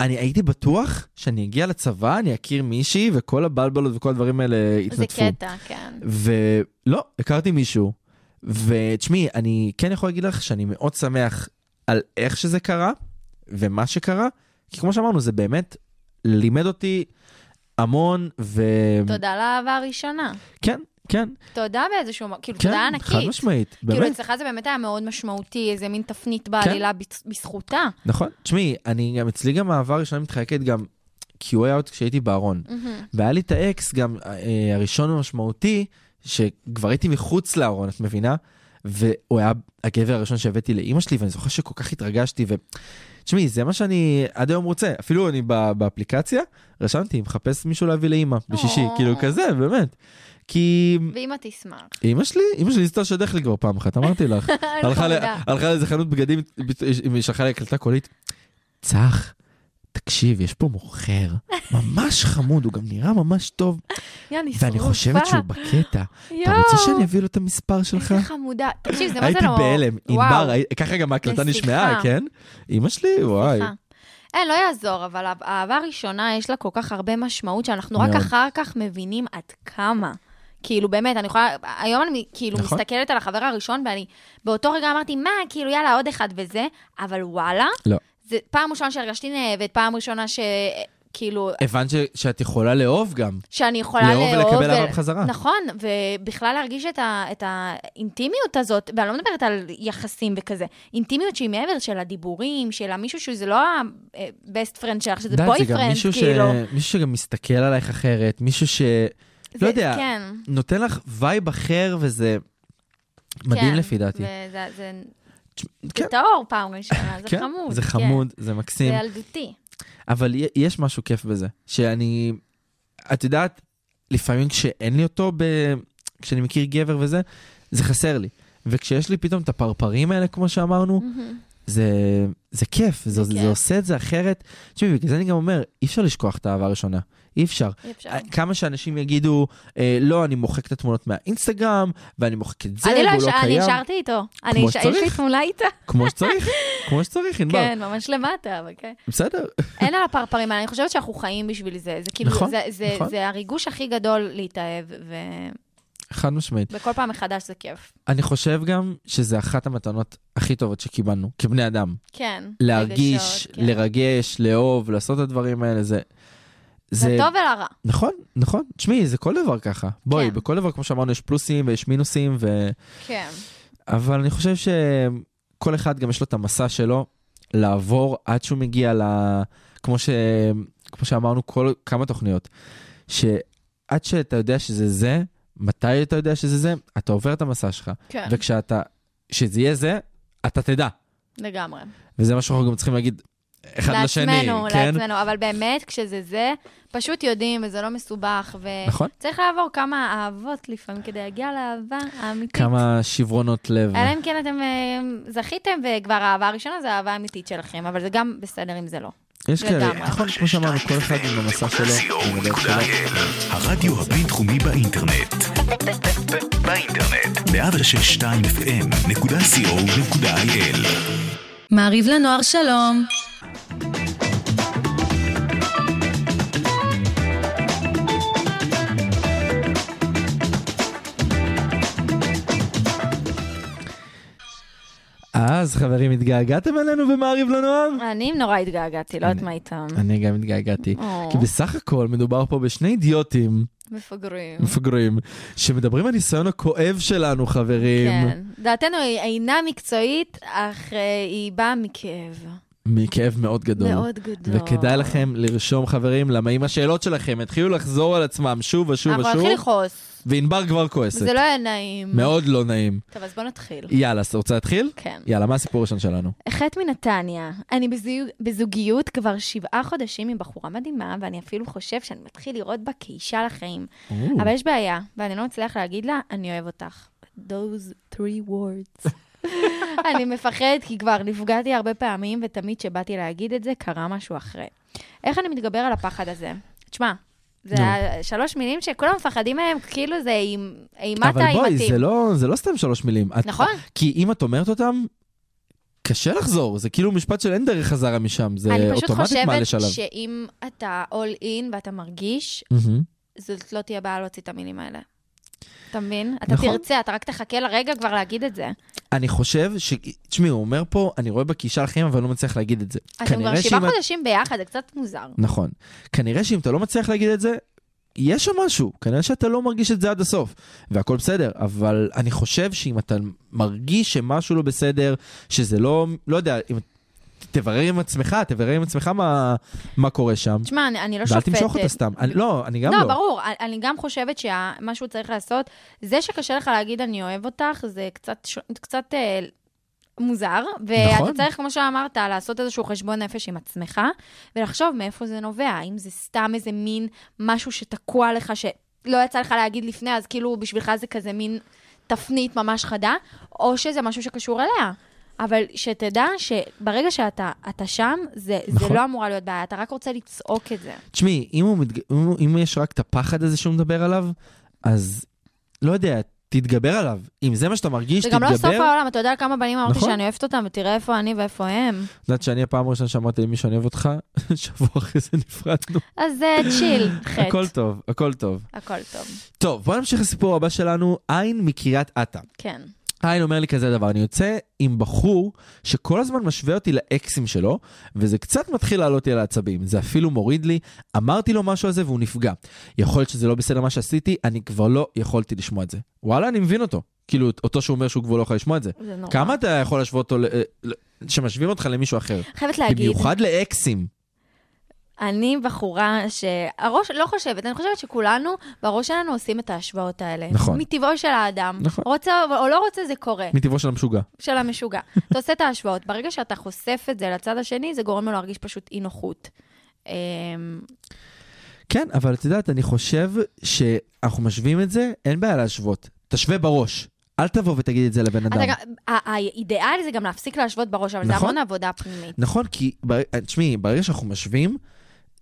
Speaker 5: אני הייתי בטוח שאני אגיע לצבא, אני אכיר מישהי, וכל הבלבלות וכל הדברים האלה
Speaker 4: זה
Speaker 5: יתנדפו.
Speaker 4: קטע, כן.
Speaker 5: ולא, הכרתי מישהו. ותשמעי, אני כן יכול להגיד לך שאני מאוד שמח על איך שזה קרה, ומה שקרה, כי כמו שאמרנו, זה באמת לימד אותי המון, ו...
Speaker 4: תודה על האהבה הראשונה.
Speaker 5: כן, כן,
Speaker 4: תודה באיזשהו... מ- כאילו,
Speaker 5: כן,
Speaker 4: תודה
Speaker 5: חד
Speaker 4: ענקית.
Speaker 5: משמעית,
Speaker 4: כאילו,
Speaker 5: באמת, כן.
Speaker 4: אצלך זה באמת היה מאוד משמעותי, איזה מין תפנית בעלילה בצ- בזכותה.
Speaker 5: נכון. תשמעי, אני גם, אצלי גם האהבה הראשונה מתחלקת גם, כי הוא היה עוד כשהייתי בארון.
Speaker 4: מהמם.
Speaker 5: והיה לי את האקס גם אה, הראשון המשמעותי, שכבר הייתי מחוץ לארון, את מבינה? והוא היה הגבר הראשון שהבאתי לאימא שלי, ואני זוכר שכל כך התרגשתי, ו... תשמעי, זה מה שאני עד היום רוצה. אפילו אני ב- באפליקציה, רשמתי, מחפש מישהו להביא לאימא בשישי,
Speaker 4: או.
Speaker 5: כאילו כזה, באמת. כי
Speaker 4: ואמא תשמח.
Speaker 5: אימא שלי, אימא שלי ניסתה לשדך לי כבר פעם אחת, אמרתי לך. הלכה ל-
Speaker 4: חמודה.
Speaker 5: הלכה לאיזה חנות בגדים, היא שלחה לי הקלטה קולית. צח, תקשיב, יש פה מוכר, ממש חמוד, הוא גם נראה ממש טוב,
Speaker 4: יא, אני שרופה.
Speaker 5: ואני חושבת שהוא בקטע. אתה רוצה שאני אביא לו את המספר שלך?
Speaker 4: איזה חמודה. תקשיב, זה מה זה לא...
Speaker 5: הייתי בהלם,
Speaker 4: וואו.
Speaker 5: ענבר, הי- ככה גם ההקלטה
Speaker 4: לשיחה.
Speaker 5: נשמעה, כן? אימא שלי, וואי.
Speaker 4: סליחה. אין, לא יעזור, אבל הא- האהבה הראשונה, יש לה כל כך הרבה משמעות, שאנחנו רק
Speaker 5: מאוד.
Speaker 4: אחר כך מבינים עד כמה. כאילו, באמת, אני יכולה... היום אני כאילו
Speaker 5: נכון.
Speaker 4: מסתכלת על החבר הראשון, ואני באותו רגע אמרתי, מה, כאילו, יאללה, עוד אחד וזה, אבל וואלה.
Speaker 5: לא.
Speaker 4: זה פעם ראשונה שהרגשתי נאהבת, פעם ראשונה ש... כאילו,
Speaker 5: הבנת ש- שאת יכולה לאהוב גם.
Speaker 4: שאני יכולה
Speaker 5: לאהוב
Speaker 4: לאהוב...
Speaker 5: ולקבל
Speaker 4: ו-
Speaker 5: אהבה בחזרה.
Speaker 4: נכון, ובכלל להרגיש את, ה, את האינטימיות הזאת, ואני לא מדברת על יחסים וכזה, אינטימיות שהיא מעבר של הדיבורים, של המישהו שזה לא ה-best friend שלך, שזה
Speaker 5: די,
Speaker 4: boyfriend,
Speaker 5: זה גם מישהו ש-
Speaker 4: כאילו.
Speaker 5: מישהו שגם מסתכל עלייך אחרת, מישהו ש...
Speaker 4: זה-
Speaker 5: לא יודע,
Speaker 4: כן.
Speaker 5: נותן לך וייב אחר, וזה מדהים
Speaker 4: כן,
Speaker 5: לפי דעתי.
Speaker 4: וזה, זה,
Speaker 5: כן.
Speaker 4: זה טהור פעם ראשונה, זה
Speaker 5: כן,
Speaker 4: חמוד.
Speaker 5: זה
Speaker 4: כן.
Speaker 5: חמוד, זה
Speaker 4: זה
Speaker 5: מקסים,
Speaker 4: ילדותי.
Speaker 5: אבל י- יש משהו כיף בזה, שאני, את יודעת, לפעמים כשאין לי אותו, ב... כשאני מכיר גבר וזה, זה חסר לי. וכשיש לי פתאום את הפרפרים האלה, כמו שאמרנו,
Speaker 4: מהמם.
Speaker 5: זה, זה כיף, זה, זה,
Speaker 4: כיף.
Speaker 5: זה עושה את זה אחרת. תשמעי, בגלל זה אני גם אומר, אי אפשר לשכוח את האהבה הראשונה, אי אפשר.
Speaker 4: אי אפשר.
Speaker 5: כמה שאנשים יגידו, אה, לא, אני מוחק את התמונות מהאינסטגרם, ואני מוחק את זה,
Speaker 4: אני לא
Speaker 5: והוא לא
Speaker 4: השאר- אני
Speaker 5: קיים,
Speaker 4: השארתי איתו. אני
Speaker 5: כמו
Speaker 4: הש- יש לי
Speaker 5: שצריך.
Speaker 4: תמונה איתה.
Speaker 5: כמו שצריך, כמו שצריך, ענבר.
Speaker 4: כן, ממש למטה, אבל כן.
Speaker 5: בסדר,
Speaker 4: אין על הפרפרים, האלה, אני חושבת שאנחנו חיים בשביל זה. זה כאילו,
Speaker 5: נכון,
Speaker 4: זה, זה,
Speaker 5: נכון.
Speaker 4: זה הריגוש הכי גדול להתאהב, ובכל
Speaker 5: חד משמעית.
Speaker 4: פעם מחדש זה כיף.
Speaker 5: אני חושב גם שזה אחת המתנות הכי טובות שקיבלנו, כבני אדם.
Speaker 4: כן.
Speaker 5: להרגיש,
Speaker 4: רגשות, כן.
Speaker 5: לרגש, לאהוב, לעשות את הדברים האלה, זה... זה...
Speaker 4: לטוב ולרע.
Speaker 5: נכון, נכון. תשמעי, זה כל דבר ככה. בואי,
Speaker 4: כן.
Speaker 5: בכל דבר, כמו שאמרנו, יש פלוסים ויש מינוסים, ו...
Speaker 4: כן.
Speaker 5: אבל אני חושב שכל אחד גם יש לו את המסע שלו לעבור עד שהוא מגיע ל... כמו, ש... כמו שאמרנו, כל כמה תוכניות, שעד שאתה יודע שזה זה, מתי אתה יודע שזה זה, אתה עובר את המסע שלך.
Speaker 4: כן,
Speaker 5: וכשאתה, כשזה יהיה זה, אתה תדע.
Speaker 4: לגמרי.
Speaker 5: וזה מה שאנחנו גם צריכים להגיד אחד לשני,
Speaker 4: לעצמנו,
Speaker 5: כן?
Speaker 4: לעצמנו, אבל באמת, כשזה זה, פשוט יודעים, וזה לא מסובך, ו-
Speaker 5: נכון?
Speaker 4: צריך לעבור כמה אהבות לפעמים כדי להגיע לאהבה האמיתית.
Speaker 5: כמה שברונות לב.
Speaker 4: אלא אם כן אתם אה, זכיתם, וכבר האהבה הראשונה זה האהבה האמיתית שלכם, אבל זה גם בסדר אם זה לא.
Speaker 5: יש כאלה,
Speaker 4: לגמרי.
Speaker 5: נכון, כמו שאמרנו, כל אחד עם המסע שלו, עם הדרך שלו.
Speaker 1: הרדיו הבינתחומי באינטרנט. באינטרנט. 106.2 FM.co.il
Speaker 3: מעריב לנוער שלום.
Speaker 5: אז חברים, התגעגעתם אלינו במעריב לנוער?
Speaker 4: אני נורא התגעגעתי, לא יודעת מה איתם.
Speaker 5: אני גם התגעגעתי.
Speaker 4: או.
Speaker 5: כי בסך הכל מדובר פה בשני אידיוטים
Speaker 4: מפגרים.
Speaker 5: מפגרים, שמדברים על הניסיון הכואב שלנו, חברים.
Speaker 4: כן. דעתנו היא אינה מקצועית, אך אה, היא באה מכאב.
Speaker 5: מכאב מאוד גדול.
Speaker 4: מאוד גדול.
Speaker 5: וכדאי לכם לרשום חברים, למה אם השאלות שלכם יתחילו לחזור על עצמם שוב ושוב
Speaker 4: אנחנו נתחיל
Speaker 5: ושוב,
Speaker 4: לכעוס,
Speaker 5: וענבר כבר כועסת.
Speaker 4: וזה לא היה נעים.
Speaker 5: מאוד לא נעים.
Speaker 4: טוב, אז בוא נתחיל.
Speaker 5: יאללה, אז רוצה להתחיל?
Speaker 4: כן.
Speaker 5: יאללה, מה הסיפור הראשון שלנו?
Speaker 4: חטא מנתניה, אני בזוג- בזוגיות כבר שבעה חודשים עם בחורה מדהימה, ואני אפילו חושב שאני מתחיל לראות בה כאישה לחיים. אבל יש בעיה, ואני לא מצליח להגיד לה, אני אוהב אותך. Those three words. אני מפחד כי כבר נפגעתי הרבה פעמים, ותמיד כשבאתי להגיד את זה, קרה משהו אחרי. איך אני מתגבר על הפחד הזה? תשמע, זה
Speaker 5: נו.
Speaker 4: ה- שלוש מילים שכולם מפחדים מהם, כאילו זה אימ- אימת
Speaker 5: אבל בואי,
Speaker 4: האימתים.
Speaker 5: זה לא, זה לא סתם שלוש מילים. את-
Speaker 4: נכון.
Speaker 5: כי אם את אומרת אותם, קשה לחזור, זה כאילו משפט של אין דרך חזרה משם, זה
Speaker 4: אני פשוט
Speaker 5: אוטומטית מעלה
Speaker 4: חושבת
Speaker 5: שלב.
Speaker 4: שאם אתה all in ואתה מרגיש,
Speaker 5: מהמם.
Speaker 4: זאת לא תהיה בעיה להוציא את המילים האלה. אתה מבין? אתה
Speaker 5: נכון.
Speaker 4: תרצה, אתה רק תחכה לרגע כבר להגיד את זה.
Speaker 5: אני חושב ש... תשמעי, הוא אומר פה, אני רואה בכישה לחיים, אבל לא מצליח להגיד את זה.
Speaker 4: אתם
Speaker 5: כנראה
Speaker 4: כבר שבעה
Speaker 5: שאם את-
Speaker 4: חודשים ביחד, זה קצת מוזר.
Speaker 5: נכון. כנראה שאם אתה לא מצליח להגיד את זה, יש שם משהו. כנראה שאתה לא מרגיש את זה עד הסוף, והכל בסדר. אבל אני חושב שאם אתה מרגיש שמשהו לא בסדר, שזה לא... לא יודע, אם... תברר עם עצמך, תברר עם עצמך מה, מה קורה שם.
Speaker 4: תשמע, אני, אני לא
Speaker 5: ואל
Speaker 4: שופטת.
Speaker 5: תמשוך אותה סתם. אני, לא, אני גם לא.
Speaker 4: לא, ברור, אני- אני גם חושבת שמה שהוא צריך לעשות, זה שקשה לך להגיד אני אוהב אותך, זה קצת, ש- קצת אה, מוזר, ואתה
Speaker 5: נכון.
Speaker 4: צריך, כמו שאמרת, לעשות איזשהו חשבון נפש עם עצמך, ולחשוב מאיפה זה נובע, האם זה סתם איזה מין משהו שתקוע לך, שלא יצא לך להגיד לפני, אז כאילו בשבילך זה כזה מין תפנית ממש חדה, או שזה משהו שקשור אליה. אבל שתדע שברגע שאתה אתה שם, זה, נכון.
Speaker 5: נכון.
Speaker 4: זה לא אמורה להיות בעיה, אתה רק רוצה לצעוק את זה.
Speaker 5: תשמעי, אם, הוא מתג... אם, הוא- אם יש רק את הפחד הזה שהוא מדבר עליו, אז לא יודע, תתגבר עליו. אם זה מה שאתה מרגיש,
Speaker 4: זה
Speaker 5: תתגבר.
Speaker 4: גם לא סוף העולם, אתה יודע כמה בנים אמרתי
Speaker 5: נכון.
Speaker 4: שאני אוהבת אותם, ותראה איפה אני ואיפה הם.
Speaker 5: את יודעת שאני הפעם הראשונה שאמרתי למי שאני אוהב אותך, שבוע אחרי זה נפרדנו.
Speaker 4: אז אה, צ'יל, חטא.
Speaker 5: הכל טוב, הכל טוב.
Speaker 4: הכל טוב,
Speaker 5: טוב, בוא נמשיך לסיפור הבא שלנו, עין מקריית אתא.
Speaker 4: כן.
Speaker 5: עין אומר לי כזה דבר, אני יוצא עם בחור שכל הזמן משווה אותי לאקסים שלו, וזה קצת מתחיל לעלות לי על העצבים, זה אפילו מוריד לי, אמרתי לו משהו על זה והוא נפגע. יכול להיות שזה לא בסדר מה שעשיתי, אני כבר לא יכולתי לשמוע את זה. וואלה, אני מבין אותו. כאילו, אותו שהוא אומר שהוא כבר לא יכול לשמוע את זה.
Speaker 4: זה נורא.
Speaker 5: כמה אתה יכול להשוות אותו, ל- אה, ל- שמשווים אותך למישהו אחר?
Speaker 4: חייבת להגיד,
Speaker 5: במיוחד לאקסים.
Speaker 4: אני בחורה שהראש, לא חושבת, אני חושבת שכולנו בראש שלנו עושים את ההשוואות האלה.
Speaker 5: נכון.
Speaker 4: מטבעו של האדם.
Speaker 5: נכון.
Speaker 4: רוצה או לא רוצה, זה קורה.
Speaker 5: מטבעו של המשוגע.
Speaker 4: של המשוגע. אתה עושה את ההשוואות. ברגע שאתה חושף את זה לצד השני, זה גורם לו להרגיש פשוט אי נוחות. אמ,
Speaker 5: כן, אבל את יודעת, אני חושב שאנחנו משווים את זה, אין בעיה להשוות. תשווה בראש. אל תבוא ותגיד את זה לבן
Speaker 4: אתה
Speaker 5: אדם.
Speaker 4: גם- ה- האידיאל זה גם להפסיק להשוות בראש, אבל זה
Speaker 5: נכון.
Speaker 4: המון עבודה פנימית.
Speaker 5: נכון, כי, בר- תשמעי, ברגע שאנחנו משווים,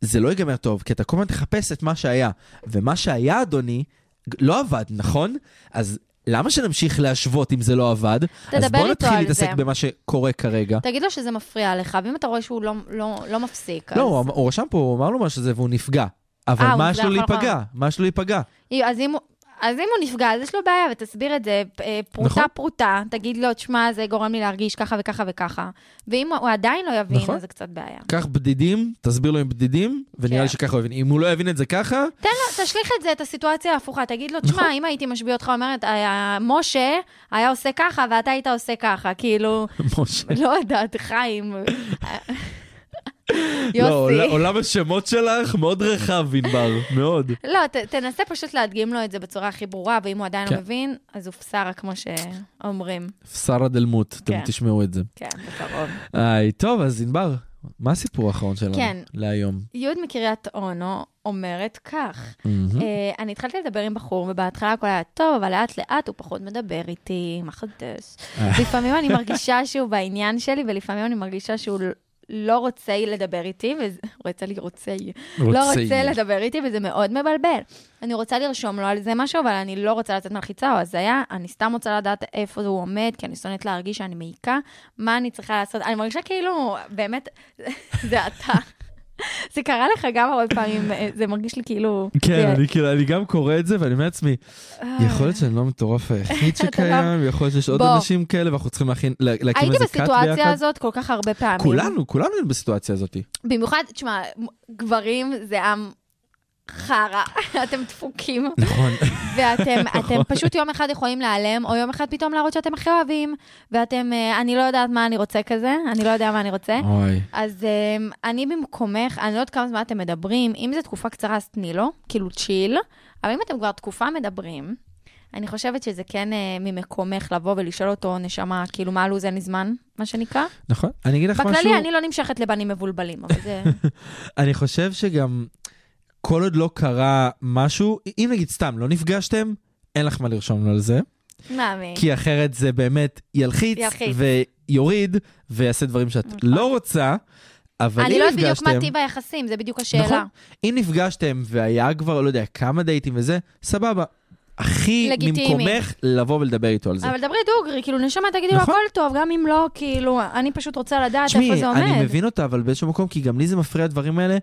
Speaker 5: זה לא ייגמר טוב, כי אתה כל הזמן תחפש את מה שהיה. ומה שהיה, אדוני, ג- לא עבד, נכון? אז למה שנמשיך להשוות אם זה לא עבד? אז
Speaker 4: תדבר
Speaker 5: בואו
Speaker 4: איתו
Speaker 5: נתחיל
Speaker 4: על
Speaker 5: להתעסק
Speaker 4: זה.
Speaker 5: במה שקורה כרגע.
Speaker 4: תגיד לו שזה מפריע לך, ואם אתה רואה שהוא לא, לא, לא מפסיק,
Speaker 5: לא, הוא
Speaker 4: אז...
Speaker 5: אמר- הוא רשם פה, הוא אמר לו משהו על זה והוא נפגע. אבל
Speaker 4: אה, הוא
Speaker 5: מה יש
Speaker 4: נפגע,
Speaker 5: לו
Speaker 4: נכון,
Speaker 5: להיפגע? מה יש לו להיפגע?
Speaker 4: אז אם, הוא- אז אם הוא נפגע, אז יש לו בעיה, ותסביר את זה אה, פרוטה
Speaker 5: נכון.
Speaker 4: פרוטה, תגיד לו, תשמע, זה גורם לי להרגיש ככה וככה וככה. ואם הוא עדיין לא יבין,
Speaker 5: נכון.
Speaker 4: אז זה קצת בעיה.
Speaker 5: קח בדידים, תסביר לו עם בדידים, ונראה
Speaker 4: כן.
Speaker 5: לי שככה הוא יבין. אם הוא לא יבין את זה ככה,
Speaker 4: תן לו, תשליך את זה, את הסיטואציה ההפוכה, תגיד לו,
Speaker 5: נכון.
Speaker 4: תשמע, אם הייתי משביע אותך, אומרת, "אה, משה היה עושה ככה ואתה היית עושה ככה, כאילו,
Speaker 5: משה.
Speaker 4: לא יודעת, חיים,
Speaker 5: לא, עול-
Speaker 4: יוסי.
Speaker 5: עולם השמות שלך מאוד רחב, ענבר, מאוד.
Speaker 4: לא, ת, תנסה פשוט להדגים לו את זה בצורה הכי ברורה, ואם הוא עדיין
Speaker 5: כן.
Speaker 4: לא מבין, אז הוא פסרה, כמו שאומרים.
Speaker 5: שרה דלמוט, אתם
Speaker 4: כן.
Speaker 5: תשמעו את זה.
Speaker 4: כן, בקרוב.
Speaker 5: היי, טוב, אז ענבר, מה הסיפור האחרון שלנו?
Speaker 4: כן.
Speaker 5: להיום.
Speaker 4: יוד מקריית אונו אומרת כך,
Speaker 5: מהמם.
Speaker 4: אה, אני התחלתי לדבר עם בחור, ובהתחלה הכל היה טוב, אבל לאט לאט הוא פחות מדבר איתי, מה חדש? לפעמים אני מרגישה שהוא בעניין שלי, ולפעמים אני מרגישה שהוא לא רוצה לדבר איתי, וזה- רוצה לי רוצה. לא רוצה לדבר איתי, וזה מאוד מבלבל. אני רוצה לרשום לו על זה משהו, אבל אני לא רוצה לצאת מהלחיצה או הזיה, אני סתם רוצה לדעת איפה הוא עומד, כי אני שונאת להרגיש שאני מעיקה, מה אני צריכה לעשות. אני מרגישה כאילו, באמת, זה אתה. זה קרה לך גם הרבה פעמים, אה, זה מרגיש לי כאילו...
Speaker 5: כן,
Speaker 4: זה-
Speaker 5: אני כאילו, אני גם קורא את זה, ואני אומר לעצמי, יכול להיות שאני לא המטורף היחיד
Speaker 4: אה. אתה לא-
Speaker 5: שקיים, יכול להיות שיש עוד
Speaker 4: בוא.
Speaker 5: אנשים כאלה, ואנחנו צריכים להכין- לה- להקים
Speaker 4: הייתי
Speaker 5: איזה קאט ביחד.
Speaker 4: בסיטואציה הזאת כל כך הרבה פעמים.
Speaker 5: כולנו, כולנו היינו בסיטואציה הזאת.
Speaker 4: במיוחד, תשמע, גברים זה עם חרא, אתם דפוקים.
Speaker 5: נכון.
Speaker 4: ואתם אתם פשוט יום אחד יכולים להיעלם, או יום אחד פתאום להראות שאתם הכי אוהבים, ואתם, אה, אני לא יודעת מה אני רוצה כזה, אני לא יודע מה אני רוצה.
Speaker 5: אוי.
Speaker 4: אז um, אני במקומך, אני לא יודעת כמה זמן אתם מדברים, אם זו תקופה קצרה אז תני לו, כאילו צ'יל, אבל אם אתם כבר תקופה מדברים, אני חושבת שזה כן uh, ממקומך לבוא ולשאול אותו, נשמה, כאילו, מה הלו"ז אין לי זמן, מה שנקרא?
Speaker 5: נכון. אני אגיד לך משהו...
Speaker 4: בכללי, אני לא נמשכת לבנים מבולבלים, אבל זה...
Speaker 5: אני חושב שגם כל עוד לא קרה משהו, אם נגיד סתם לא נפגשתם, אין לך מה לרשום לו על זה,
Speaker 4: מאמי.
Speaker 5: כי אחרת זה באמת ילחיץ,
Speaker 4: כן. ילחיץ. נכון.
Speaker 5: ויוריד, ויעשה דברים שאת לא רוצה, אבל אם
Speaker 4: אני לא יודעת בדיוק
Speaker 5: נפגשתם...
Speaker 4: מה טיב היחסים, זה בדיוק השאלה.
Speaker 5: נכון. אם נפגשתם והיה כבר, לא יודע, כמה דייטים וזה, סבבה. הכי
Speaker 4: לגיטימי.
Speaker 5: ממקומך לבוא ולדבר איתו על זה.
Speaker 4: אבל דברי דוגרי, כאילו, נשמה, תגידי לו,
Speaker 5: נכון.
Speaker 4: הכל טוב, גם אם לא, כאילו, אני פשוט רוצה לדעת איפה זה עומד.
Speaker 5: אני מבין אותה, אבל באיזשהו מקום, כי גם לי זה מפריע הדברים האלה,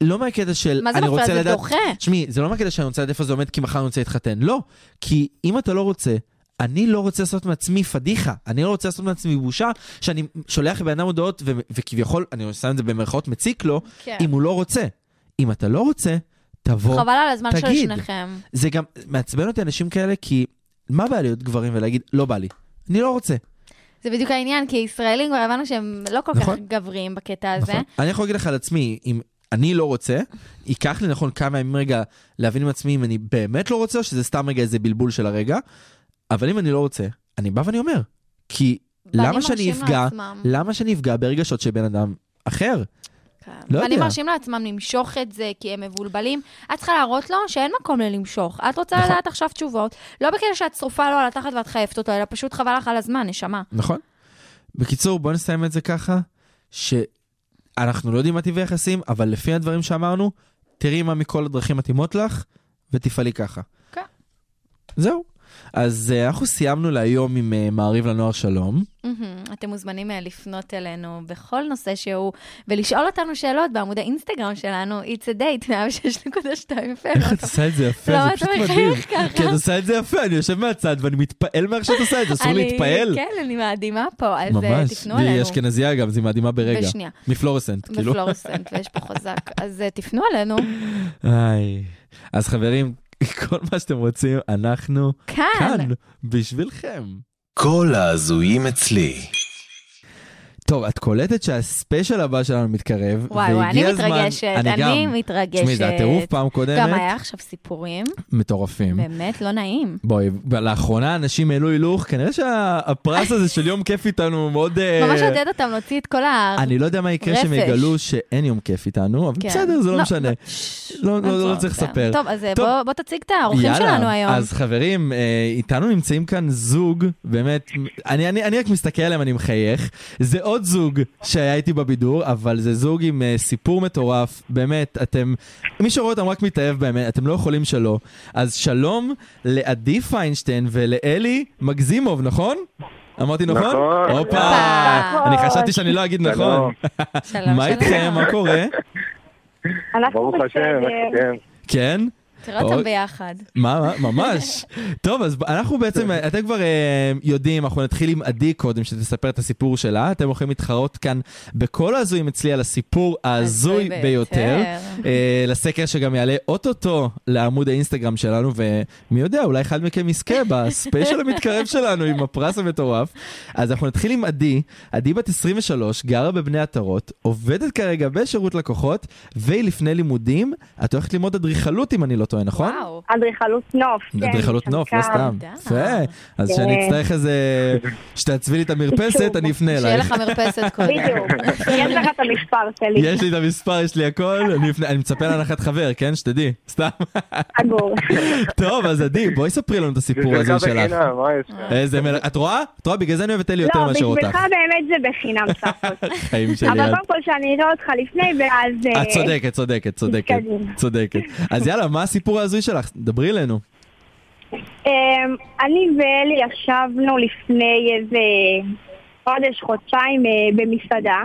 Speaker 5: לא מהקטע של
Speaker 4: מה זה
Speaker 5: אני
Speaker 4: מפריע?
Speaker 5: רוצה
Speaker 4: זה
Speaker 5: לדעת...
Speaker 4: דוחה.
Speaker 5: תשמעי, זה לא מהקטע שאני רוצה לדעת איפה זה עומד, כי מחר אני רוצה להתחתן. לא, כי אם אתה לא רוצה, אני לא רוצה לעשות מעצמי פדיחה. אני לא רוצה לעשות מעצמי בושה, שאני שולח לבן אדם הודעות, ו- וכביכול, אני שם את זה במרכאות, מציק לו,
Speaker 4: כן.
Speaker 5: אם הוא לא רוצה. אם אתה לא רוצה, תבוא.
Speaker 4: חבל על הזמן של
Speaker 5: תגיד.
Speaker 4: שניכם.
Speaker 5: זה גם מעצבן אותי אנשים כאלה, כי מה בא להיות גברים ולהגיד, לא בא לי. אני לא רוצה.
Speaker 4: זה בדיוק העניין, כי ישראלים כבר הבנו שהם לא כל
Speaker 5: נכון.
Speaker 4: כך גברים בקטע הזה.
Speaker 5: נכון. אני יכול להגיד לך על עצמי, אם אני לא רוצה, ייקח לי נכון כמה ימים רגע להבין עם עצמי אם אני באמת לא רוצה, או שזה סתם רגע איזה בלבול של הרגע, אבל אם אני לא רוצה, אני בא ואני אומר, כי
Speaker 4: Mm.
Speaker 5: למה
Speaker 4: ואני
Speaker 5: שאני
Speaker 4: מרשים
Speaker 5: אפגע, לא
Speaker 4: לעצמם.
Speaker 5: למה שאני אפגע ברגשות של בן אדם אחר?
Speaker 4: כן.
Speaker 5: לא
Speaker 4: ואני
Speaker 5: יודע.
Speaker 4: מרשים לעצמם למשוך את זה, כי הם מבולבלים. את צריכה להראות לו שאין מקום ללמשוך. את רוצה
Speaker 5: נכון.
Speaker 4: לדעת עכשיו תשובות. לא בקטע שאת שרופה לו על התחת ואת חייבת אותו, אלא פשוט חבל לך על הזמן, נשמה.
Speaker 5: נכון. בקיצור, בוא נסיים את זה ככה, שאנחנו לא יודעים מה טבעי יחסים, אבל לפי הדברים שאמרנו, תראי מה מכל הדרכים מתאימות לך, ותפעלי ככה.
Speaker 4: כן.
Speaker 5: זהו. אז אה, אנחנו סיימנו להיום עם אה, מעריב לנוער שלום.
Speaker 4: מהמם. אתם מוזמנים אה, לפנות אלינו בכל נושא שהוא, ולשאול אותנו שאלות בעמוד האינסטגרם שלנו, It's a date, 106.2
Speaker 5: איך את
Speaker 4: FM.
Speaker 5: עושה את זה יפה?
Speaker 4: למה
Speaker 5: זה
Speaker 4: אתה
Speaker 5: פשוט
Speaker 4: מחייך
Speaker 5: מדהים.
Speaker 4: ככה?
Speaker 5: כי את עושה את זה יפה, אני יושב מהצד ואני מתפעל מאיך שאת עושה את זה, אסור
Speaker 4: אני-
Speaker 5: להתפעל.
Speaker 4: כן, אני מאדימה פה, אז אה,
Speaker 5: ממש,
Speaker 4: תפנו
Speaker 5: היא
Speaker 4: אלינו.
Speaker 5: אשכנזייה גם, אז היא מדהימה ברגע.
Speaker 4: בשנייה.
Speaker 5: מפלורסנט, כאילו.
Speaker 4: בפלורסנט, ויש פה חזק. אז אה, תפנו אלינו.
Speaker 5: איי. כאילו. אז חברים, כל מה שאתם רוצים, אנחנו
Speaker 4: כאן.
Speaker 5: כאן, בשבילכם.
Speaker 6: כל ההזויים אצלי.
Speaker 5: טוב, את קולטת שהספיישל הבא שלנו מתקרב,
Speaker 4: וואי וואי, אני
Speaker 5: והגיע הזמן-
Speaker 4: מתרגשת, אני
Speaker 5: גם.
Speaker 4: מתרגשת.
Speaker 5: תשמעי, זה הטירוף אה. פעם
Speaker 4: גם
Speaker 5: קודמת,
Speaker 4: היה עכשיו סיפורים,
Speaker 5: מטורפים.
Speaker 4: באמת לא נעים.
Speaker 5: בואי, לאחרונה אנשים העלו הילוך, כנראה שהפרס הזה של יום כיף איתנו הוא מאוד... אה,
Speaker 4: ממש עודד אותם להוציא את כל ה...
Speaker 5: אני לא יודע מה יקרה שהם
Speaker 4: אה, רפש.
Speaker 5: יגלו שאין יום כיף איתנו, אבל
Speaker 4: כן.
Speaker 5: בסדר, זה לא משנה.
Speaker 4: ש-
Speaker 5: לא- לא-
Speaker 4: אין
Speaker 5: לא
Speaker 4: צורך,
Speaker 5: צריך
Speaker 4: כן.
Speaker 5: לספר.
Speaker 4: טוב, אז אה,
Speaker 5: טוב.
Speaker 4: בוא- בוא תציג את האורחים שלנו היום.
Speaker 5: אז חברים, אה, איתנו נמצאים כאן זוג, באמת, אני, אני, אני רק מסתכל עליהם, אני מחייך. זה עוד זוג שהיה איתי בבידור, אבל זה זוג עם אה, סיפור מטורף, באמת, אתם, מי שרואה אותם רק מתאהב בהם, אה, אתם לא יכולים שלא. אז שלום לעדי פיינשטיין ולאלי מגזימוב, נכון? אמרתי נכון?
Speaker 7: נכון.
Speaker 5: הופה,
Speaker 4: הופה.
Speaker 5: אני חשבתי שאני לא אגיד נכון.
Speaker 7: שלום.
Speaker 4: שלום,
Speaker 5: מה
Speaker 4: שלום.
Speaker 5: איתכם? מה קורה?
Speaker 7: ברוך השם, כן.
Speaker 5: כן?
Speaker 4: תראה אותם
Speaker 5: אוי.
Speaker 4: ביחד.
Speaker 5: מה, מה, ממש. טוב, אז אנחנו בעצם, אתם כבר אה, יודעים, אנחנו נתחיל עם עדי קודם, שתספר את הסיפור שלה. אתם יכולים להתחרות כאן בכל ההזויים אצלי על הסיפור ההזוי
Speaker 4: הזוי
Speaker 5: ביותר.
Speaker 4: ביותר.
Speaker 5: אה, לסקר שגם יעלה אוטוטו לעמוד האינסטגרם שלנו, ומי יודע, אולי אחד מכם יזכה בספיישל המתקרב שלנו עם הפרס המטורף. אז אנחנו נתחיל עם עדי. עדי בת 23, גרה בבני עטרות, עובדת כרגע בשירות לקוחות, והיא לפני לימודים. את הולכת ללמוד אדריכלות, אם אני לא טועה, נכון?
Speaker 4: וואו.
Speaker 8: אדריכלות נוף. כן,
Speaker 5: אדריכלות נוף, לא
Speaker 8: שם כאן.
Speaker 5: סתם.
Speaker 4: אה.
Speaker 5: יפה. אז
Speaker 8: כן.
Speaker 5: כשאני אצטרך איזה... שתעצבי לי את המרפסת,
Speaker 8: שוב.
Speaker 5: אני אפנה
Speaker 4: שיהיה לך
Speaker 5: אלייך.
Speaker 4: מרפסת קודם.
Speaker 8: בדיוק. יש לך את המספר שלי.
Speaker 5: יש לי את המספר, יש לי הכל, אני אפנה- אני מצפה להנחת חבר, כן? שתדעי, סתם.
Speaker 8: אגור.
Speaker 5: טוב, אז עדי, בואי ספרי לנו את הסיפור
Speaker 7: זה
Speaker 5: הזה שלך.
Speaker 7: בחינם, מה יש לך?
Speaker 5: איזה מל... את רואה? את רואה? בגלל זה אני אוהבת אלי יותר
Speaker 8: לא,
Speaker 5: מאשר אותך.
Speaker 8: בשבילך באמת זה בחינם ספות.
Speaker 5: חיים שלי.
Speaker 8: אבל
Speaker 5: את-
Speaker 8: קודם כל שאני אראה אותך לפני, ואז...
Speaker 5: את
Speaker 8: אה,
Speaker 5: צודקת, צודקת, צודקת.
Speaker 8: נתקדם.
Speaker 5: צודקת. אז יאללה, מה הסיפור ההזוי שלך? דברי אלינו.
Speaker 8: אמ, אני ואלי ישבנו לפני איזה חודש, חודשיים אה, במסעדה.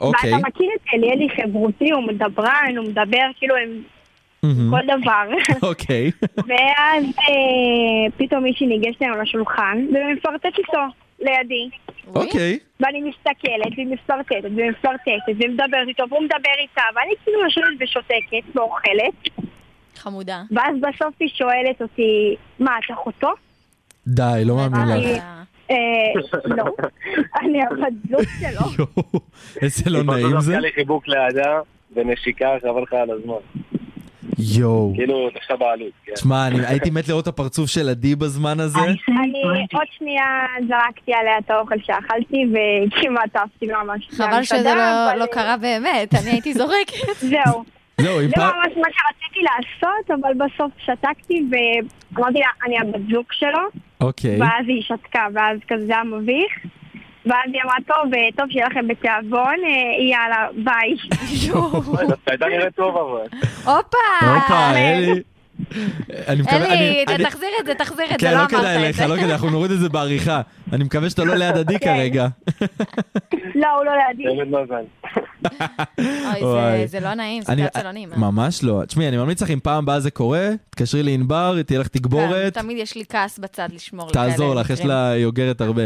Speaker 5: אוקיי.
Speaker 8: ואתה מכיר את אלי, אלי חברותי, הוא מדברן, הוא מדבר כאילו עם
Speaker 5: מהמם.
Speaker 8: כל דבר.
Speaker 5: אוקיי.
Speaker 8: ואז אה, פתאום מישהי ניגשת אלינו לשולחן ומפרטט איתו לידי.
Speaker 4: שבועי.
Speaker 5: אוקיי.
Speaker 8: ואני מסתכלת, והיא מפלרטטת, ומפלרטטת, ומדברת איתו, והוא מדבר איתה, ואני כאילו יושבת ושותקת, ואוכלת,
Speaker 4: חמודה.
Speaker 8: ואז בסוף היא שואלת אותי, מה, את אחותו?
Speaker 5: די, לא מאמין לך.
Speaker 4: אה,
Speaker 8: אה, לא, אני הבת זוג שלו.
Speaker 5: יואו, איזה לא נעים זה.
Speaker 9: דווקא לי חיבוק לאהדה ונשיקה, חבל לך על הזמן.
Speaker 5: יואו.
Speaker 9: כאילו, נחשב בעלות, כן.
Speaker 5: תשמע, אני הייתי מת לראות את הפרצוף של עדי בזמן הזה.
Speaker 8: אני עוד שנייה זרקתי עליה את האוכל שאכלתי, וכמעט עפתי ממש.
Speaker 4: חבל שזה
Speaker 8: מהמסעדה,
Speaker 4: לא- לא
Speaker 8: אבל-
Speaker 4: קרה באמת, אני הייתי זורקת.
Speaker 8: זהו.
Speaker 5: זהו,
Speaker 4: לא,
Speaker 5: אם
Speaker 8: זה
Speaker 5: לא, פעם...
Speaker 8: ממש מה שרציתי לעשות, אבל בסוף שתקתי ואמרתי לה, אני הבת זוג שלו,
Speaker 5: אוקיי.
Speaker 8: ואז היא שתקה, ואז כזה זה היה מביך. ואז היא אמרה, טוב, אה, טוב שיהיה לכם בתיאבון, אה, יאללה, ביי.
Speaker 9: וואי, דווקא הייתה נראית טוב אבל.
Speaker 4: הופה!
Speaker 5: הופה, אלי. אני מקווה...
Speaker 4: אה, אלי,
Speaker 5: אני- אני-
Speaker 4: תחזיר את זה, תחזיר את זה,
Speaker 5: כן,
Speaker 4: לא
Speaker 5: לא
Speaker 4: אמרת את זה. כן.
Speaker 5: כדאי לך, לא כדאי, אנחנו נוריד את זה בעריכה. אני מקווה שאתה לא ליד עדי כרגע.
Speaker 8: לא, הוא לא לידי.
Speaker 9: באמת מזל.
Speaker 4: אוי, זה-
Speaker 5: וואי.
Speaker 4: זה לא נעים, זו
Speaker 5: אני-
Speaker 4: סיטואציה לא נעימה.
Speaker 5: ממש לא. תשמעי, אני ממליץ לך, אם פעם הבאה זה קורה, תתקשרי לענבר, תהיה לך תגבורת,
Speaker 4: כן, תמיד יש לי כעס בצד לשמור לכאלה
Speaker 5: תעזור לך, יש
Speaker 4: מקרים.
Speaker 5: לה, היא אוגרת הרבה.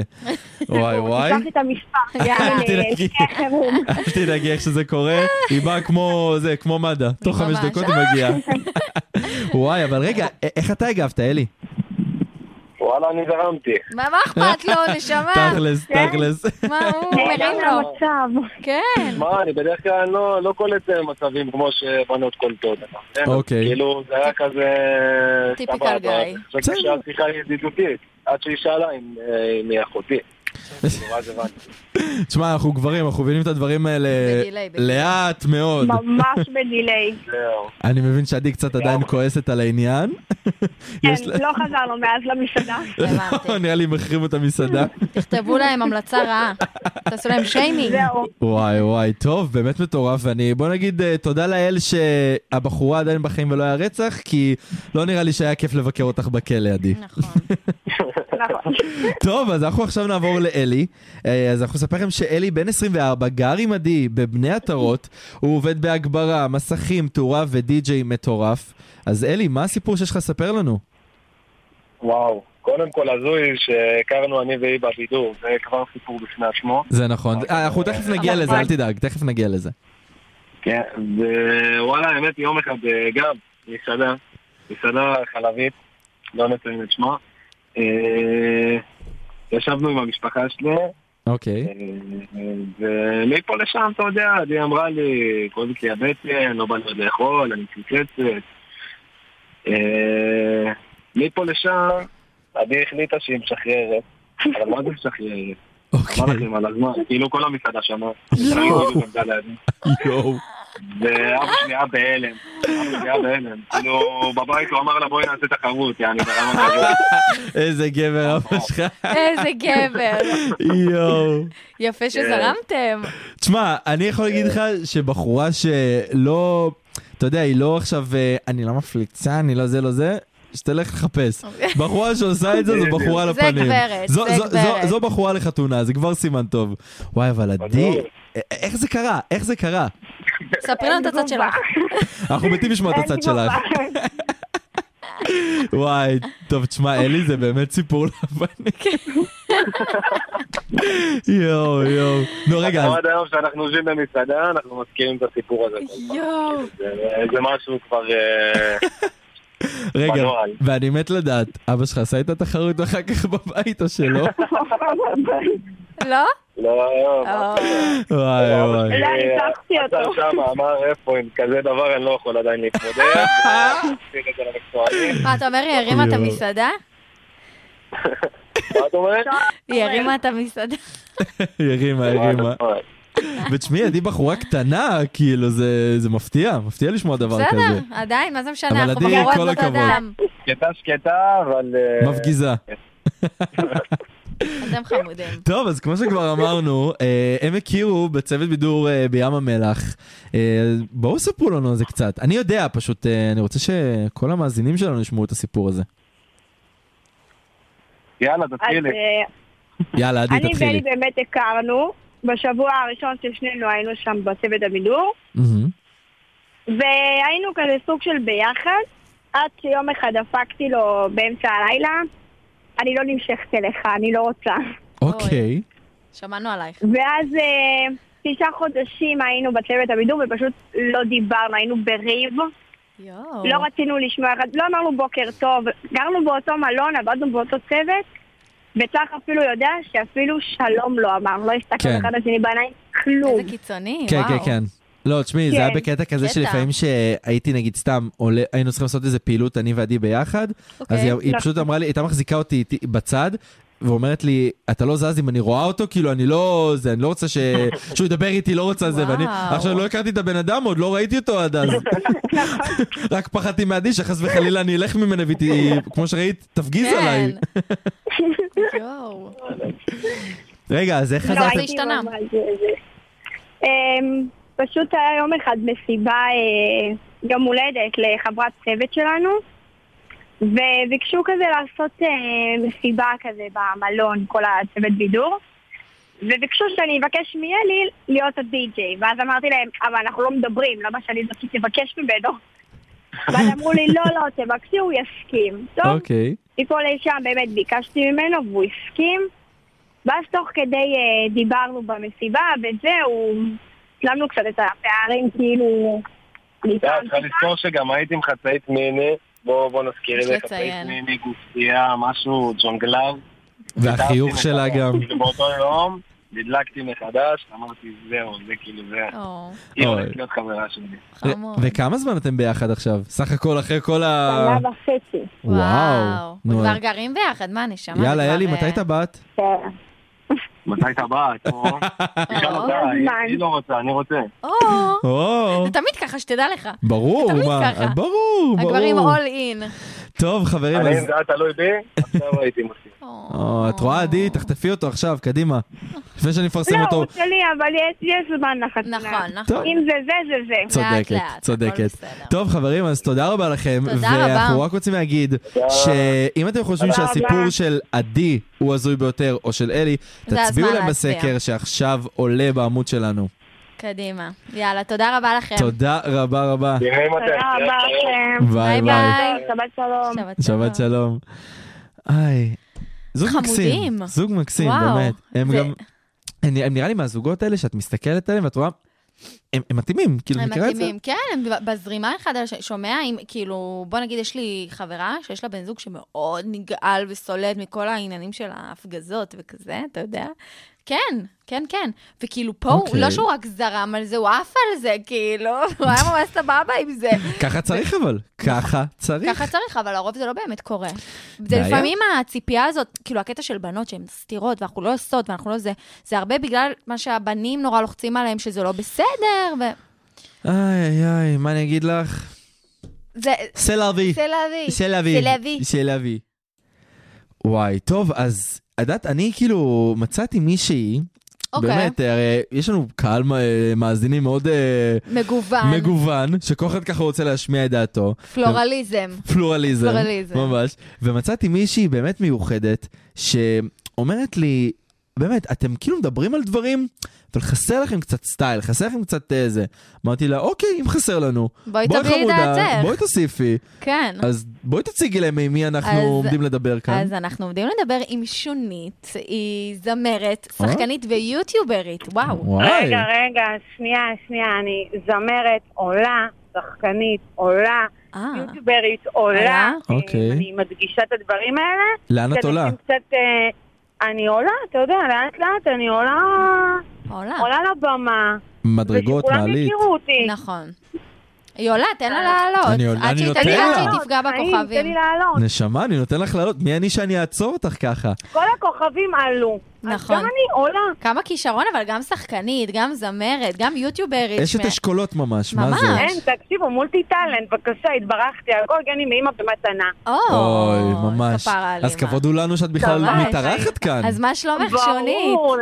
Speaker 5: וואי וואי.
Speaker 8: לקחתי את המספר, כן, יאללה,
Speaker 5: אל תדאגי.
Speaker 8: לפני החירום.
Speaker 5: אל תדאגי איך שזה קורה, היא באה כמו זה, כמו מד"א, תוך חמש
Speaker 4: ממש.
Speaker 5: דקות היא מגיעה. וואי, אבל רגע, א- איך אתה הגבת, אלי?
Speaker 9: וואלה, אני זרמתי.
Speaker 4: מה מה אכפת לו, נשמה?
Speaker 5: תכלס, תכלס.
Speaker 4: מה הוא
Speaker 8: כן,
Speaker 4: מרים
Speaker 8: הגענו
Speaker 4: לו?
Speaker 8: למצב.
Speaker 4: כן.
Speaker 9: מה, אני בדרך כלל לא, לא קולט אה, מצבים כמו שבנות קולטות. אתה מבין?
Speaker 5: אוקיי.
Speaker 9: כאילו, זה היה כזה...
Speaker 4: טיפיקל
Speaker 9: סבבה.
Speaker 4: גיא.
Speaker 9: חשבתי
Speaker 5: בסדר.
Speaker 9: שהשיחה היא ידידותית, עד שהיא שאלה אם אה, אם היא אחותי. כאילו, ואז הבנתי.
Speaker 5: תשמע, אנחנו גברים, אנחנו מבינים את הדברים האלה
Speaker 4: בדיליי, בדיליי.
Speaker 5: לאט מאוד.
Speaker 8: ממש בדיליי.
Speaker 9: זהו.
Speaker 5: אני מבין שעדי קצת עדיין כועסת על העניין. יש
Speaker 8: כן,
Speaker 5: לה-
Speaker 8: לא חזרנו מאז למסעדה.
Speaker 5: לא,
Speaker 4: הבנתי.
Speaker 5: נראה לי הם החרימו את המסעדה.
Speaker 4: תכתבו להם המלצה רעה. תעשו להם שיימינג.
Speaker 8: זהו.
Speaker 5: וואי וואי, טוב, באמת מטורף, ואני, בוא נגיד אה, תודה לאל שהבחורה עדיין בחיים ולא היה רצח, כי לא נראה לי שהיה כיף לבקר אותך בכלא, עדי.
Speaker 4: נכון.
Speaker 8: נכון.
Speaker 5: טוב, אז אנחנו עכשיו נעבור לאלי. אה, אז אנחנו נספר לכם שאלי בן 24, גר עם עדי בבני עטרות, הוא עובד בהגברה, מסכים, תאורה ודי-ג'יי מטורף. אז אלי, מה הסיפור שיש לך לספר לנו?
Speaker 9: וואו. קודם כל הזוי שהכרנו אני והיא בבידור, זה כבר סיפור בפני עצמו.
Speaker 5: זה נכון, אה, אנחנו תכף נגיע
Speaker 8: אבל-
Speaker 5: לזה, אל תדאג, תכף נגיע לזה.
Speaker 9: כן. ווואלה, האמת, יום אחד אה, גם, מסעדה, מסעדה חלבית, לא נציין את שמה. אה, ישבנו עם המשפחה שלי, אה,
Speaker 5: אוקיי.
Speaker 9: ומפה לשם, אתה יודע, היא אמרה לי, כואבת לי הבטן, לא בא לי עוד לאכול, אני מקוצצת. אה, מפה לשם, עדי החליטה שהיא משחררת. אבל מה זה משחררת? מה
Speaker 5: אוקיי,
Speaker 9: לכם על הזמן? כאילו כל המסעדה לא שמה.
Speaker 5: לא. יואו.
Speaker 9: ואבא שלי היה בהלם. אבא שלי היה בהלם. כאילו, בבית הוא אמר לה, בואי נעשה תחרות, יעני, ברמה
Speaker 5: אה,
Speaker 9: כזאת.
Speaker 5: איזה גבר אבא שלך,
Speaker 4: איזה גבר.
Speaker 5: יואו.
Speaker 4: יפה שזרמתם.
Speaker 5: תשמע, אני יכול להגיד לך שבחורה שלא, אתה יודע, היא לא עכשיו, אה, אני לא מפליצה, אני לא זה, לא זה, שתלך לחפש. בחורה שעושה את זה זו בחורה
Speaker 4: אוקיי. זה
Speaker 5: לפנים.
Speaker 4: גברת,
Speaker 5: זו-
Speaker 4: זה
Speaker 5: זו- זו-
Speaker 4: גברת.
Speaker 5: זו בחורה לחתונה, זה כבר סימן טוב. וואי, אבל עדי,
Speaker 9: ברור.
Speaker 5: א- איך זה קרה? איך זה קרה?
Speaker 4: ספרי לנו את הצד שלך.
Speaker 5: אנחנו מתים לשמוע את הצד שלך. וואי, טוב, תשמע, אלי, זה באמת סיפור לא לפנים. יואו, יואו. נו, רגע,
Speaker 9: אנחנו
Speaker 5: אז
Speaker 9: עד היום שאנחנו יושבים במסעדה, אנחנו מזכירים את הסיפור הזה. כל פעם.
Speaker 4: יואו.
Speaker 9: זה- זה משהו כבר... אה,
Speaker 5: רגע,
Speaker 9: בנוהל.
Speaker 5: ואני מת לדעת, אבא שלך עשה את התחרות אחר כך בבית או שלא?
Speaker 4: לא?
Speaker 9: לא, לא,
Speaker 4: אה,
Speaker 5: וואי וואי.
Speaker 9: אה,
Speaker 8: אולי לא, ניצחתי
Speaker 9: השר
Speaker 8: אותו.
Speaker 9: שם אמר איפה, עם כזה דבר אני לא יכול עדיין
Speaker 5: אה,
Speaker 9: להתמודד. ונשאיר את זה למקצוענים.
Speaker 4: מה, אה, אתה אומר, היא הרימה את
Speaker 5: יואו.
Speaker 4: המסעדה?
Speaker 9: מה את אומרת?
Speaker 4: היא הרימה את המסעדה.
Speaker 5: היא הרימה, היא הרימה. ותשמעי, עדי בחורה קטנה, כאילו, זה זה מפתיע, מפתיע לשמוע דבר כזה.
Speaker 4: בסדר, עדיין, מה זה משנה?
Speaker 5: אבל
Speaker 4: אנחנו
Speaker 5: עדי,
Speaker 4: בחורות
Speaker 5: כל
Speaker 4: אותו
Speaker 5: הכבוד.
Speaker 4: דם.
Speaker 9: שקטה שקטה, אבל... אה,
Speaker 5: מפגיזה.
Speaker 4: אתם חמודים.
Speaker 5: טוב, אז כמו שכבר אמרנו, אה, הם הכירו בצוות בידור אה, בים המלח. אה, בואו ספרו לנו על זה קצת. אני יודע, פשוט, אה, אני רוצה שכל המאזינים שלנו ישמעו את הסיפור הזה.
Speaker 9: יאללה,
Speaker 8: אז
Speaker 9: תתחילי.
Speaker 8: אה,
Speaker 5: יאללה, עדי,
Speaker 8: אני ואלי
Speaker 5: תתחילי.
Speaker 8: באמת הכרנו, בשבוע הראשון ששנינו היינו שם בצוות הבידור,
Speaker 5: מהמם.
Speaker 8: והיינו כזה סוג של ביחד, עד שיום אחד דפקתי לו באמצע הלילה, אני לא נמשכת אליך, אני לא רוצה.
Speaker 5: אוקיי.
Speaker 4: שמענו עלייך.
Speaker 8: ואז אה, שישה חודשים היינו בצוות הבידור ופשוט לא דיברנו, היינו בריב.
Speaker 4: יואו.
Speaker 8: לא רצינו לשמוע, אחד- לא אמרנו בוקר טוב. גרנו באותו מלון, עבדנו באותו צוות, וצח אפילו יודע שאפילו שלום לא אמר, לא הסתכלנו
Speaker 5: כן.
Speaker 8: אחד לשני בעיניים, כלום.
Speaker 4: איזה קיצוני,
Speaker 5: כן,
Speaker 4: וואו.
Speaker 5: כן, כן. לא, תשמעי, זה
Speaker 8: כן.
Speaker 5: היה בקטע כזה
Speaker 4: קטע.
Speaker 5: שלפעמים שהייתי נגיד סתם, עולה, היינו צריכים לעשות איזה פעילות, אני ועדי ביחד, אז
Speaker 4: אוקיי.
Speaker 5: היא, היא
Speaker 8: לא.
Speaker 5: פשוט אמרה לי, הייתה מחזיקה אותי איתי- בצד, ואומרת לי, אתה לא זז אם אני רואה אותו, כאילו אני לא, זה, אני לא רוצה ש... שהוא ידבר איתי, לא רוצה זה, ואני,
Speaker 4: וואו. נכון.
Speaker 5: עכשיו לא הכרתי את הבן אדם עוד, לא ראיתי אותו עד אז. רק פחדתי מעדי שחס וחלילה אני אלך ממנה והיא, ת- כמו שראית, תפגיז
Speaker 4: כן.
Speaker 5: עליי.
Speaker 4: יואו.
Speaker 5: רגע, אז איך
Speaker 4: לא,
Speaker 5: חזרתם?
Speaker 4: זה השתנה.
Speaker 8: אבל זה- זה- אמ, פשוט היה יום אחד מסיבה אה, יום הולדת לחברת צוות שלנו, וביקשו כזה לעשות אה, מסיבה כזה במלון, כל הצוות בידור. וביקשו שאני אבקש מיאלי להיות הדי-ג'יי, ואז אמרתי להם, אבל אנחנו לא מדברים, למה שאני זאת שתבקש ממנו? ואז אמרו לי, לא, לא, תבקשי, הוא יסכים.
Speaker 4: לא-
Speaker 8: טוב,
Speaker 5: אוקיי.
Speaker 8: מפה לשם באמת ביקשתי ממנו והוא הסכים ואז תוך כדי אה, דיברנו במסיבה וזהו, הצלמנו קצת את הפערים כאילו...
Speaker 9: אתה יודע, צריכה לזכור שגם הייתי עם חצאית מיני, בוא בוא נזכיר את זה,
Speaker 4: יש
Speaker 9: חצאית
Speaker 4: לציין.
Speaker 9: מיני, גופייה, משהו, ג'ונגלב.
Speaker 5: והחיוך
Speaker 9: נדלקתי
Speaker 5: שלה
Speaker 9: מחדש.
Speaker 5: גם.
Speaker 9: כאילו באותו יום נדלקתי מחדש, אמרתי זהו, זה כאילו זה,
Speaker 4: או,
Speaker 9: היא
Speaker 5: אוי.
Speaker 9: הולכת להיות חברה שלי.
Speaker 4: חמור.
Speaker 5: וכמה זמן אתם ביחד עכשיו? סך הכל אחרי כל ה...
Speaker 8: שנה וחצי.
Speaker 5: וואו. נו, אה,
Speaker 4: כבר גרים ביחד, מה נשמה? זה
Speaker 5: יאללה,
Speaker 4: כבר,
Speaker 5: אלי,
Speaker 4: אה,
Speaker 5: מתי טבעת?
Speaker 8: כן.
Speaker 9: מתי אתה בא? כמו- תשאל
Speaker 4: או,
Speaker 9: אותה, היא-
Speaker 8: זמן.
Speaker 9: היא לא רוצה, אני רוצה.
Speaker 4: או,
Speaker 5: או,
Speaker 4: אה, זה תמיד ככה, שתדע לך.
Speaker 5: ברור,
Speaker 4: תמיד
Speaker 5: מה?
Speaker 4: ככה.
Speaker 5: ברור, ברור.
Speaker 4: הגברים אול אין.
Speaker 5: טוב, חברים,
Speaker 9: אני,
Speaker 5: אז...
Speaker 9: אם זה היה תלוי בי, עכשיו הייתי מוסיף.
Speaker 4: אה.
Speaker 5: או, אה, את רואה, עדי, תחטפי אותו עכשיו, קדימה. לפני שאני מפרסם
Speaker 8: לא,
Speaker 5: אותו.
Speaker 8: הוא שלי, אבל יש- יש זמן לחתונה.
Speaker 4: נכון, נכון.
Speaker 5: טוב.
Speaker 8: אם זה זה, זה זה.
Speaker 4: לאט,
Speaker 5: צודקת,
Speaker 4: לאט, הכל
Speaker 5: צודקת.
Speaker 4: בסדר.
Speaker 5: טוב, חברים, אז תודה רבה לכם.
Speaker 4: תודה
Speaker 5: ואנחנו
Speaker 4: רבה.
Speaker 5: רק רוצים להגיד, שאם אתם חושבים
Speaker 8: תודה
Speaker 5: שהסיפור
Speaker 8: רבה.
Speaker 5: של עדי הוא הזוי ביותר, או של אלי,
Speaker 4: זה
Speaker 5: תצביעו
Speaker 4: הזמן
Speaker 5: להם
Speaker 4: להצביע.
Speaker 5: בסקר שעכשיו עולה בעמוד שלנו.
Speaker 4: קדימה. יאללה, תודה רבה לכם.
Speaker 5: תודה רבה רבה.
Speaker 9: תראה אם אתם...
Speaker 8: תודה רבה כן.
Speaker 9: תראה, תראה.
Speaker 8: לכם.
Speaker 5: ביי
Speaker 4: ביי
Speaker 5: ביי.
Speaker 4: ביי.
Speaker 8: שבת שלום.
Speaker 4: שבת
Speaker 5: שבת שלום. היי. זוג
Speaker 4: חמודים.
Speaker 5: מקסים, זוג מקסים,
Speaker 4: וואו.
Speaker 5: באמת. הם
Speaker 4: זה-
Speaker 5: גם, הם הם נראה לי מהזוגות האלה שאת מסתכלת עליהם ואת רואה, הם הם מתאימים, כאילו,
Speaker 4: הם
Speaker 5: מכירה את זה?
Speaker 4: מתאימים, כן, הם ב- בזרימה אחד על השני. שומע, אם, כאילו, בוא נגיד, יש לי חברה שיש לה בן זוג שמאוד נגעל וסולד מכל העניינים של ההפגזות וכזה, אתה יודע? כן, כן, כן. וכאילו פה, הוא-
Speaker 5: אוקיי.
Speaker 4: לא שהוא רק זרם על זה, הוא עף על זה, כאילו, הוא היה ממש סבבה עם זה.
Speaker 5: ככה צריך אבל, ככה צריך.
Speaker 4: ככה צריך, אבל לרוב זה לא באמת קורה. זה
Speaker 5: בעיה.
Speaker 4: לפעמים הציפייה הזאת, כאילו הקטע של בנות שהן סתירות, ואנחנו לא עושות, ואנחנו לא זה, זה הרבה בגלל מה שהבנים נורא לוחצים עליהם, שזה לא בסדר,
Speaker 5: איי איי, מה אני אגיד לך?
Speaker 4: וזה...
Speaker 5: סל אבי.
Speaker 4: סל אבי.
Speaker 5: של אבי.
Speaker 4: סל אבי.
Speaker 5: של אבי. וואי, טוב, אז את יודעת, אני כאילו מצאתי מישהי,
Speaker 4: אוקיי.
Speaker 5: באמת, הרי יש לנו קהל אה, מאזינים מאוד אה,
Speaker 4: מגוון.
Speaker 5: מגוון, שכל אחד ככה רוצה להשמיע את דעתו.
Speaker 4: פלורליזם.
Speaker 5: פלורליזם.
Speaker 4: פלורליזם.
Speaker 5: ממש. ומצאתי מישהי באמת מיוחדת, שאומרת לי, באמת, אתם כאילו מדברים על דברים, אבל חסר לכם קצת סטייל, חסר לכם קצת אה, זה. אמרתי לה, אוקיי, אם חסר לנו,
Speaker 4: בואי
Speaker 5: בואי
Speaker 4: תביאי
Speaker 5: חמודה,
Speaker 4: דעתך.
Speaker 5: בואי תוסיפי.
Speaker 4: כן.
Speaker 5: אז כן. בואי תציגי להם עם מי אנחנו
Speaker 4: אז-
Speaker 5: עומדים לדבר כאן.
Speaker 4: אז אנחנו עומדים לדבר עם שונית, היא זמרת,
Speaker 5: אה?
Speaker 4: שחקנית ויוטיוברית, וואו.
Speaker 5: וואי,
Speaker 7: רגע, רגע, שנייה, שנייה, אני זמרת עולה, שחקנית עולה,
Speaker 4: אה,
Speaker 7: יוטיוברית עולה.
Speaker 5: עולה? אוקיי.
Speaker 7: אני מדגישה את הדברים האלה.
Speaker 5: לאן את עולה?
Speaker 7: שאנשים קצת... אה, אני עולה, אתה יודע, לאט לאט אני עולה,
Speaker 4: עולה.
Speaker 7: עולה לבמה.
Speaker 5: מדרגות,
Speaker 7: ושכולם
Speaker 5: מעלית.
Speaker 7: יכירו אותי.
Speaker 4: אה. נכון. היא עולה, תן לה לעלות.
Speaker 5: אני עולה,
Speaker 4: עד
Speaker 5: אני
Speaker 4: שהיא-
Speaker 5: נותן
Speaker 4: עד
Speaker 5: לה.
Speaker 4: שהיא תפגע
Speaker 7: חיים, תן לי
Speaker 4: בכוכבים.
Speaker 7: לעלות.
Speaker 5: נשמה, אני נותן לך לעלות, מי אני שאני אעצור אותך ככה?
Speaker 7: כל הכוכבים עלו.
Speaker 4: נכון.
Speaker 7: אז גם אני עולה.
Speaker 4: כמה כישרון, אבל גם שחקנית, גם זמרת, גם יוטיוברית.
Speaker 5: אשת
Speaker 4: שמע-
Speaker 5: אשכולות ממש, מה
Speaker 4: ממש.
Speaker 5: זה?
Speaker 7: אין, תקשיבו, מולטי טאלנט, בבקשה, התברכתי, הכל גני מאימא במתנה.
Speaker 4: או,
Speaker 5: אוי, ממש.
Speaker 4: כפרה על
Speaker 5: אז
Speaker 4: אימא.
Speaker 5: כבוד הוא לנו שאת בכלל
Speaker 4: ממש.
Speaker 5: מתארחת כאן.
Speaker 4: אז מה שלומך, שונית?
Speaker 7: ברור.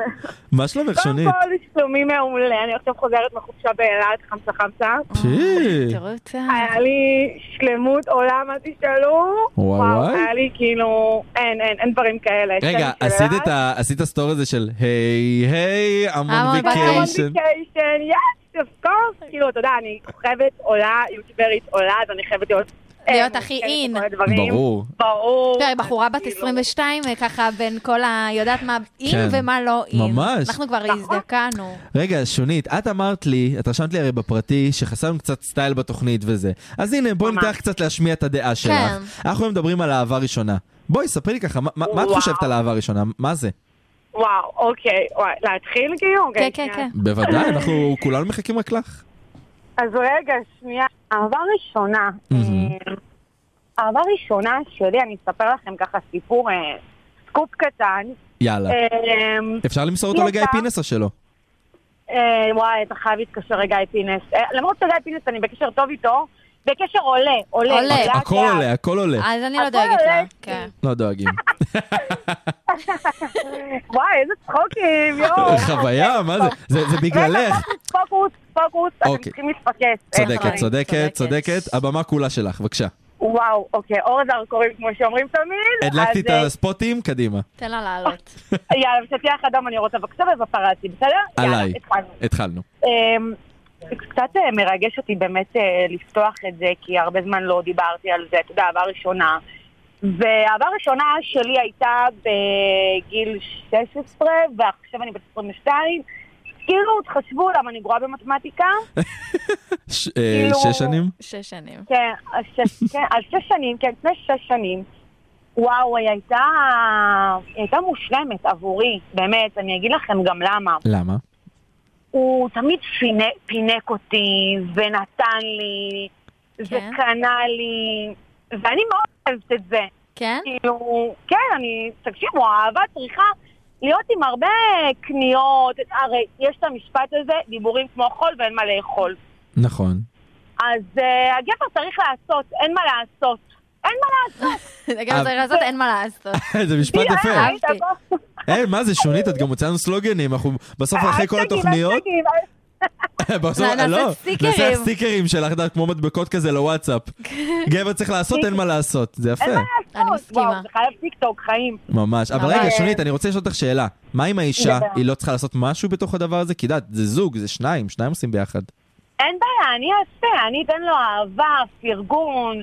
Speaker 5: מה שלומך,
Speaker 7: קודם
Speaker 5: שונית?
Speaker 7: כל, שלומי מעולה. אני עכשיו חוזרת מחופשה באילת, חמסה חמסה.
Speaker 5: פשי.
Speaker 4: תראו אותה.
Speaker 7: היה לי שלמות עולם, אל תשאלו.
Speaker 5: וואי, וואי.
Speaker 7: היה לי כאילו, אין, אין, אין דברים כאלה.
Speaker 5: רגע,
Speaker 7: שאני
Speaker 5: עשית
Speaker 7: של
Speaker 5: את ה- עשית הסטורי הזה של היי, היי, המון
Speaker 4: המון
Speaker 5: ויקיישן.
Speaker 7: קיישן, יס, אוף קורס. כאילו, אתה יודע, אני חייבת עולה, יוטיוברית עולה, אז אני חייבת להיות
Speaker 4: להיות
Speaker 8: אה,
Speaker 4: הכי
Speaker 8: מוזכרת
Speaker 4: אין.
Speaker 8: בכל הדברים.
Speaker 5: ברור.
Speaker 8: ברור.
Speaker 4: תראה, בחורה בת
Speaker 8: אני לא-
Speaker 4: 22, ככה בין כל ה... יודעת מה אין
Speaker 5: כן.
Speaker 4: ומה לא אין.
Speaker 5: ממש.
Speaker 4: אנחנו כבר הזדקנו.
Speaker 5: רגע, שונית, את אמרת לי, את רשמת לי הרי בפרטי, שחסמנו קצת סטייל בתוכנית וזה. אז הנה, בואי ניתן לך קצת להשמיע את הדעה שלך.
Speaker 4: כן.
Speaker 5: אנחנו מדברים על אהבה ראשונה. בואי, ספרי לי ככה, מה- מה מה את
Speaker 8: וואו.
Speaker 5: חושבת על אהבה ראשונה? מה זה?
Speaker 8: וואו, אוקיי. וואי, להתחיל כאילו?
Speaker 4: כן,
Speaker 8: אוקיי,
Speaker 4: כן,
Speaker 8: שנייה.
Speaker 4: כן.
Speaker 5: בוודאי, אנחנו כולנו מחכים רק לך.
Speaker 8: אז רגע, שנייה. אהבה ראשונה.
Speaker 5: מהמם.
Speaker 8: אה, אהבה ראשונה שלי, אני אספר לכם ככה סיפור, אה, סקופ קטן.
Speaker 5: יאללה.
Speaker 8: אה,
Speaker 5: אפשר למסור אותו
Speaker 8: יצא.
Speaker 5: לגיא פינסה שלו.
Speaker 8: אה, וואי, אתה חייב להתקשר לגיא פינס. אה, למרות שגיא פינס, אני בקשר טוב איתו, בקשר עולה, עולה.
Speaker 4: עולה.
Speaker 8: לאט,
Speaker 5: הכל
Speaker 8: לאט. אה,
Speaker 5: עולה, הכל עולה.
Speaker 4: אז אני לא
Speaker 8: הכל
Speaker 4: דואגת לה.
Speaker 8: עולה.
Speaker 4: כן.
Speaker 5: לא דואגים.
Speaker 8: וואי, איזה צחוקים, יואו.
Speaker 5: חוויה, מה זה? זה- זה בגללך.
Speaker 8: רגע, פוקוס, פוקוס, פוקוס, אתם
Speaker 5: אוקיי.
Speaker 8: צריכים להתפקס. אה,
Speaker 5: צודקת,
Speaker 8: חברים.
Speaker 5: צודקת,
Speaker 4: צודקת.
Speaker 5: צודקת. הבמה כולה שלך, בבקשה.
Speaker 8: וואו, אוקיי, אור זרקורים, כמו שאומרים תמיד.
Speaker 5: הדלקתי
Speaker 8: אז,
Speaker 5: את הספוטים, קדימה.
Speaker 4: תן לה לעלות.
Speaker 8: אה, יאללה, שטיח אדום, אני רוצה בבקשה ובפרצי, בסדר? יאללה,
Speaker 5: עליי.
Speaker 8: התחלנו.
Speaker 5: התחלנו.
Speaker 8: אמ, זה קצת אה, מרגש אותי באמת אה, לפתוח את זה, כי הרבה זמן לא דיברתי על זה, אתה יודע, אהבה ראשונה. והאהבה הראשונה שלי הייתה בגיל 16, ועכשיו אני בת 22. כאילו, תחשבו למה אני גרועה במתמטיקה.
Speaker 5: ש- אה,
Speaker 8: כאילו-
Speaker 5: שש שנים?
Speaker 4: שש שנים.
Speaker 8: כן, אז שש, כן, אז שש שנים, כן, לפני שש שנים. וואו, היא הייתה, היא הייתה מושלמת עבורי, באמת, אני אגיד לכם גם למה.
Speaker 5: למה?
Speaker 8: הוא תמיד פינק, פינק אותי, ונתן לי,
Speaker 4: כן.
Speaker 8: וקנה לי, ואני מאוד אוהבת את זה.
Speaker 4: כן?
Speaker 8: כאילו, כן, אני, תקשיבו, האהבה צריכה להיות עם הרבה קניות, הרי יש את המשפט הזה, דיבורים כמו חול ואין מה לאכול.
Speaker 5: נכון.
Speaker 8: אז uh, הגבר צריך לעשות, אין מה לעשות. אין מה לעשות.
Speaker 4: גם צריך לעשות, אין מה לעשות.
Speaker 5: זה משפט
Speaker 8: אה,
Speaker 5: יפה.
Speaker 4: אהבתי.
Speaker 8: היית בא-
Speaker 5: היי, מה זה, שונית, את גם מוצאה לנו סלוגנים. אנחנו בסוף אחרי כל
Speaker 8: אה, אל תגיד, אל
Speaker 5: התוכניות...
Speaker 8: תגיד, אל-
Speaker 5: בסוף-
Speaker 4: נעשה
Speaker 5: לא,
Speaker 4: סטיקרים.
Speaker 5: נעשה סטיקרים שלך, את יודעת, כמו מדבקות כזה לוואטסאפ. גבר צריך לעשות, אין מה לעשות. זה
Speaker 8: אין
Speaker 5: יפה.
Speaker 8: מה לעשות.
Speaker 4: אני מסכימה.
Speaker 8: וואו, זה חייב טיקטוק, חיים.
Speaker 5: ממש. אבל
Speaker 4: ממש.
Speaker 5: רגע, שונית, אני רוצה לשאול אותך שאלה. מה אם האישה,
Speaker 8: דבר.
Speaker 5: היא לא צריכה לעשות משהו בתוך הדבר הזה? כי את יודעת, זה זוג, זה שניים, שניים עושים ביחד.
Speaker 8: אין בעיה, אני אעשה, אני אתן לו אהבה, פרגון,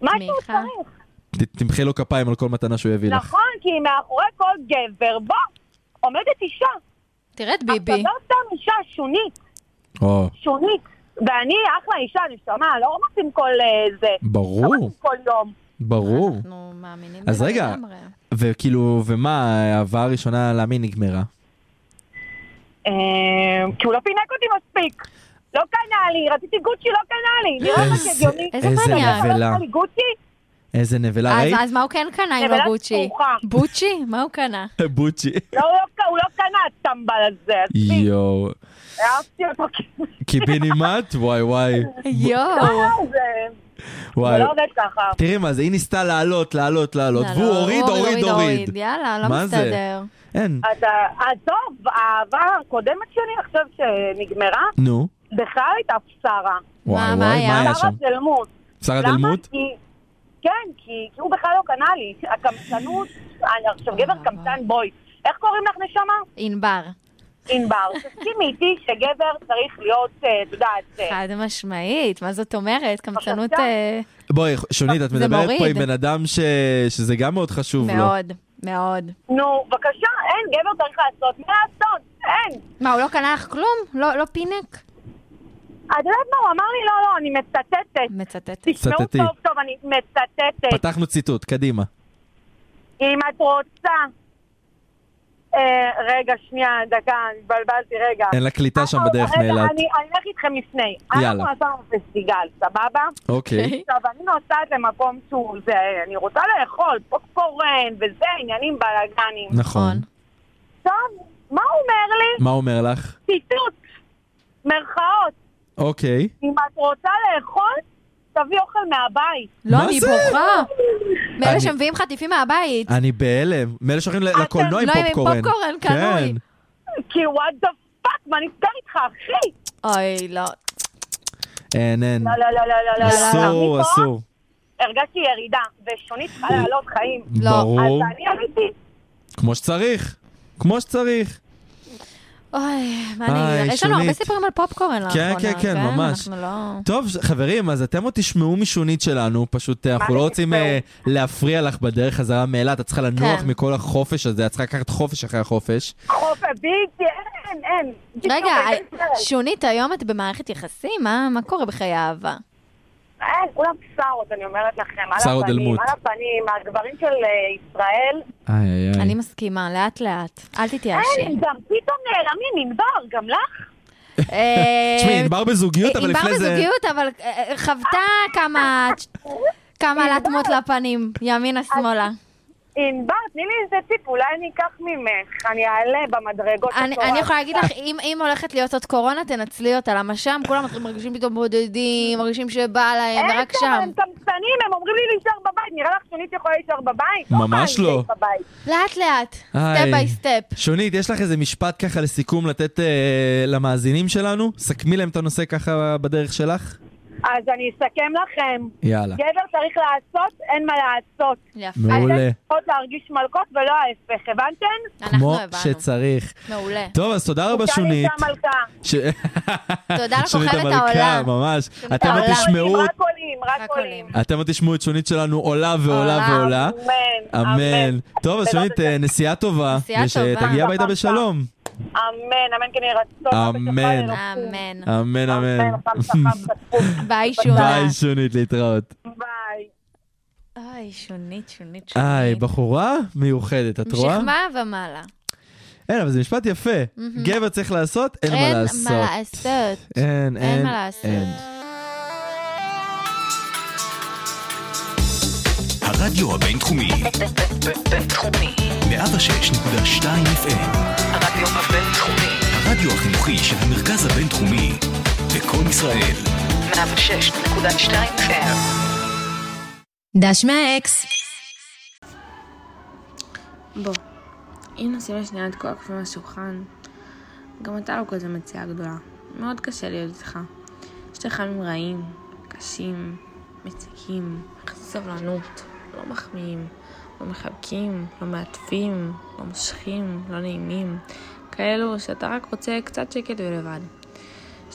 Speaker 8: מה שהוא
Speaker 4: מיכה.
Speaker 8: צריך.
Speaker 5: ת- תמחא לו כפיים על כל מתנה שהוא יביא לך.
Speaker 8: נכון, כי מאחורי כל גבר, בוא, עומדת אישה.
Speaker 4: תראה את ביבי.
Speaker 8: עכשיו, לא סתם אישה, שונית,
Speaker 5: או,
Speaker 8: שונית. ואני אחלה אישה, נשמה, לא רוצים כל אה, זה. לא
Speaker 5: ברור,
Speaker 8: רוצים כל יום.
Speaker 5: ברור.
Speaker 4: אנחנו מאמינים
Speaker 5: אז
Speaker 4: בזה
Speaker 5: רגע.
Speaker 4: לגמרי.
Speaker 5: וכאילו, ומה, האהבה הראשונה, למה היא נגמרה?
Speaker 8: אה, כי הוא לא פינק אותי מספיק. לא קנה לי, רציתי גוצ'י, לא קנה לי. נראה לך הגיוני.
Speaker 4: איזה
Speaker 5: איזה
Speaker 4: מניאק.
Speaker 8: לא
Speaker 5: נבלה,
Speaker 8: קנה לי גוצ'י?
Speaker 5: איזה נבלה,
Speaker 4: אז-
Speaker 5: ראית?
Speaker 4: אז מה הוא כן קנה עם
Speaker 8: נבלת
Speaker 4: הבוצ'י?
Speaker 8: פרוחה.
Speaker 4: בוצ'י? מה הוא קנה?
Speaker 5: בוצ'י.
Speaker 8: לא, הוא לא- הוא לא קנה, הטמבל הזה. עזבי,
Speaker 5: יואו.
Speaker 8: אהבתי אותו.
Speaker 5: קיבינימט? וואי וואי. לא,
Speaker 4: יואו.
Speaker 8: אה, זה- זה
Speaker 5: וואי.
Speaker 8: לא עובד ככה.
Speaker 5: תראי מה זה, היא ניסתה לעלות, לעלות, לעלות,
Speaker 4: לא,
Speaker 5: והוא
Speaker 4: לא,
Speaker 5: הוריד, הוריד, הוריד.
Speaker 4: יאללה, לא
Speaker 5: מה זה?
Speaker 4: מסתדר.
Speaker 5: אין.
Speaker 8: אתה, עזוב, אה, האהבה הקודמת שלי עכשיו שנגמרה,
Speaker 5: נו.
Speaker 8: בכלל הייתה פשרה.
Speaker 5: וואי
Speaker 4: מה
Speaker 5: וואי, מה
Speaker 4: היה?
Speaker 5: היה
Speaker 8: פשרה
Speaker 5: שם?
Speaker 8: של מות.
Speaker 5: שרה דלמוט?
Speaker 8: כי... כן, כי, כי הוא בכלל לא קנה לי. הקמצנות, אני- עכשיו גבר
Speaker 4: וואי,
Speaker 8: קמצן בוי. איך קוראים לך נשמה?
Speaker 4: ענבר.
Speaker 8: ענבר. תסכימי איתי שגבר צריך להיות, אה, את יודעת, אה,
Speaker 4: חד משמעית, מה זאת אומרת? קמצנות
Speaker 8: בבקשה.
Speaker 4: אה,
Speaker 5: בואי, שונית, את
Speaker 4: זה
Speaker 5: מדברת פה
Speaker 4: מוריד.
Speaker 5: עם בן אדם ש- שזה גם מאוד חשוב לו.
Speaker 4: מאוד, מאוד.
Speaker 8: נו, בבקשה, אין, גבר צריך לעשות. מה לעשות? אין.
Speaker 4: מה, הוא לא קנה לך כלום? לא לא פינק?
Speaker 8: את יודעת מה הוא אמר לי? לא, לא, אני מצטטת.
Speaker 4: מצטטת.
Speaker 8: תשמעו
Speaker 5: צטטי.
Speaker 8: טוב טוב, אני מצטטת.
Speaker 5: פתחנו ציטוט, קדימה.
Speaker 8: אם את רוצה... אה, רגע, שנייה, דקה, אני התבלבלתי, רגע.
Speaker 5: אין לה קליטה שם בדרך
Speaker 8: אה, רגע,
Speaker 5: מאילת.
Speaker 8: אני אני אלך איתכם לפני.
Speaker 5: יאללה.
Speaker 8: אנחנו עברנו פסטיגל, סבבה?
Speaker 5: אוקיי.
Speaker 8: עכשיו, אני נוסעת למקום שהוא זה, אני רוצה לאכול, פוקפורן וזה, עניינים בלאגנים.
Speaker 5: נכון.
Speaker 8: טוב, מה הוא אומר לי?
Speaker 5: מה הוא אומר לך?
Speaker 8: ציטוט, מירכאות,
Speaker 5: אוקיי.
Speaker 8: אם את רוצה לאכול, תביא אוכל מהבית.
Speaker 4: לא,
Speaker 5: מה
Speaker 4: אני
Speaker 5: זה?
Speaker 4: בוכה. מאלה
Speaker 5: אני-
Speaker 4: שמביאים חטיפים מהבית.
Speaker 5: אני בהלם. מאלה שהולכים ל- לקולנוע עם
Speaker 4: לא, עם
Speaker 5: פופקורן.
Speaker 4: פופקורן,
Speaker 5: כן.
Speaker 4: קנוי.
Speaker 8: כי וואט דה פאק, מה נסגר איתך, אחי?
Speaker 4: אוי, לא.
Speaker 5: אין, אין.
Speaker 8: לא, לא, לא, לא, לא, לא, לא.
Speaker 5: אסור,
Speaker 8: מפה
Speaker 5: אסור.
Speaker 8: הרגשתי ירידה, ושונית צריכה לעלות חיים.
Speaker 4: לא,
Speaker 5: ברור.
Speaker 8: אז אני עליתי,
Speaker 5: כמו שצריך. כמו שצריך.
Speaker 4: אוי, מה אני
Speaker 5: היי,
Speaker 4: אגיד? לך? יש לנו הרבה
Speaker 5: שונית.
Speaker 4: סיפורים על פופקורן לאחרונה.
Speaker 5: כן, כן, ממש.
Speaker 4: אנחנו לא...
Speaker 5: טוב, ש- חברים, אז אתם עוד תשמעו משונית שלנו, פשוט אה,
Speaker 7: מה
Speaker 5: אנחנו לא
Speaker 7: זה
Speaker 5: רוצים
Speaker 7: תשמעו?
Speaker 5: אה, להפריע לך בדרך חזרה מאילת, את צריכה לנוח
Speaker 4: כן.
Speaker 5: מכל החופש הזה, את צריכה לקחת חופש אחרי החופש.
Speaker 7: חוף הביטי, אין, אין.
Speaker 4: רגע, אה,
Speaker 7: בדיוק, אין.
Speaker 4: שונית, היום את במערכת יחסים? מה מה קורה בחיי אהבה?
Speaker 7: אין, אה, כולם שרות, אני אומרת לכם. על
Speaker 5: שרות
Speaker 7: הפנים,
Speaker 5: אלמות.
Speaker 7: על הפנים, הגברים של אה, ישראל.
Speaker 5: איי, איי,
Speaker 4: אני מסכימה, לאט-לאט. אל תתייאשי.
Speaker 7: אין, גם פתאום נעלמים ענבר, גם לך?
Speaker 4: אה,
Speaker 5: תשמעי, ענבר בזוגיות, אבל
Speaker 4: ענבר
Speaker 5: לפני זה...
Speaker 4: בזוגיות, אבל אה, חוותה כמה... כמה להטמות לפנים, ימינה-שמאלה.
Speaker 7: ענבר, תני לי איזה טיפ, אולי אני אקח ממך, אני אעלה במדרגות.
Speaker 4: אני
Speaker 7: מטורף.
Speaker 4: אני יכולה להגיד לך, אם אם הולכת להיות עוד קורונה, תנצלי אותה, למה שם כולם מרגישים פתאום בודדים, מרגישים שבא להם,
Speaker 7: אין
Speaker 4: ורק
Speaker 7: שם,
Speaker 4: שם.
Speaker 7: הם קמצנים, הם אומרים לי להישאר בבית, נראה לך שונית יכולה להישאר בבית?
Speaker 5: ממש
Speaker 7: מה, אני
Speaker 5: לא.
Speaker 7: אשאר בבית.
Speaker 4: לאט-לאט, סטפ
Speaker 5: היי.
Speaker 4: ביי סטפ.
Speaker 5: שונית, יש לך איזה משפט ככה לסיכום לתת אה, למאזינים שלנו? סכמי להם את הנושא ככה בדרך שלך?
Speaker 7: אז אני אסכם לכם,
Speaker 5: יאללה.
Speaker 4: כן.
Speaker 7: גבר צריך לעשות, אין מה לעשות.
Speaker 4: יפה.
Speaker 5: מעולה.
Speaker 7: אתן צריכות להרגיש מלכות ולא ההפך, הבנתן?
Speaker 4: אנחנו
Speaker 5: כמו
Speaker 4: הבנו.
Speaker 5: שצריך.
Speaker 4: מעולה.
Speaker 5: טוב, אז תודה רבה, שונית.
Speaker 7: תשאלי את המלכה.
Speaker 5: ש-
Speaker 4: תודה לך,
Speaker 5: שונית
Speaker 4: אוכלת
Speaker 5: המלכה,
Speaker 4: העולם.
Speaker 5: ממש. אתם עוד
Speaker 4: העולם.
Speaker 5: תשמעו...
Speaker 7: רק עולים, רק
Speaker 4: רק
Speaker 7: עולים.
Speaker 4: עולים.
Speaker 5: אתם עוד תשמעו את שונית שלנו עולה ועולה
Speaker 4: עולה,
Speaker 5: ועולה.
Speaker 7: אמן,
Speaker 5: אמן. טוב, אז
Speaker 7: בעזרת
Speaker 5: שונית, אה, נסיעה טובה.
Speaker 4: נסיעה
Speaker 5: ושתגיע
Speaker 4: טובה.
Speaker 5: הביתה בשלום.
Speaker 7: אמן, אמן, כן יהי רצון.
Speaker 5: אמן.
Speaker 4: אמן.
Speaker 7: אה.
Speaker 5: אמן, אמן.
Speaker 7: אמן, חם, חם, חם,
Speaker 4: ביי, שונה.
Speaker 5: ביי, שונית, להתראות.
Speaker 7: ביי.
Speaker 4: אוי, שונית, שונית, שונית.
Speaker 5: היי, אה, בחורה מיוחדת, את רואה?
Speaker 4: משכמה ומעלה.
Speaker 5: אין, אבל זה משפט יפה. גבר צריך לעשות, אין מה לעשות. אה,
Speaker 4: לעשות.
Speaker 5: אין, אין,
Speaker 4: אין מה לעשות.
Speaker 5: אין.
Speaker 1: הרדיו הבינתחומי,
Speaker 2: בינתחומי,
Speaker 1: 106.2 FM,
Speaker 2: הרדיו הבינתחומי,
Speaker 1: הרדיו החינוכי של המרכז הבינתחומי, בקום ישראל,
Speaker 2: 106.2 FM
Speaker 3: דש מהאקס.
Speaker 10: בוא, אם נשים לשנייה את כל הקפים על השולחן, גם אתה לא כזה מציאה גדולה. מאוד קשה להיות איתך. יש לך ימים רעים, קשים, מציקים, חצי סבלנות, לא מחמיאים, לא מחבקים, לא מעטפים, לא מושכים, לא נעימים, כאלו שאתה רק רוצה קצת שקט ולבד.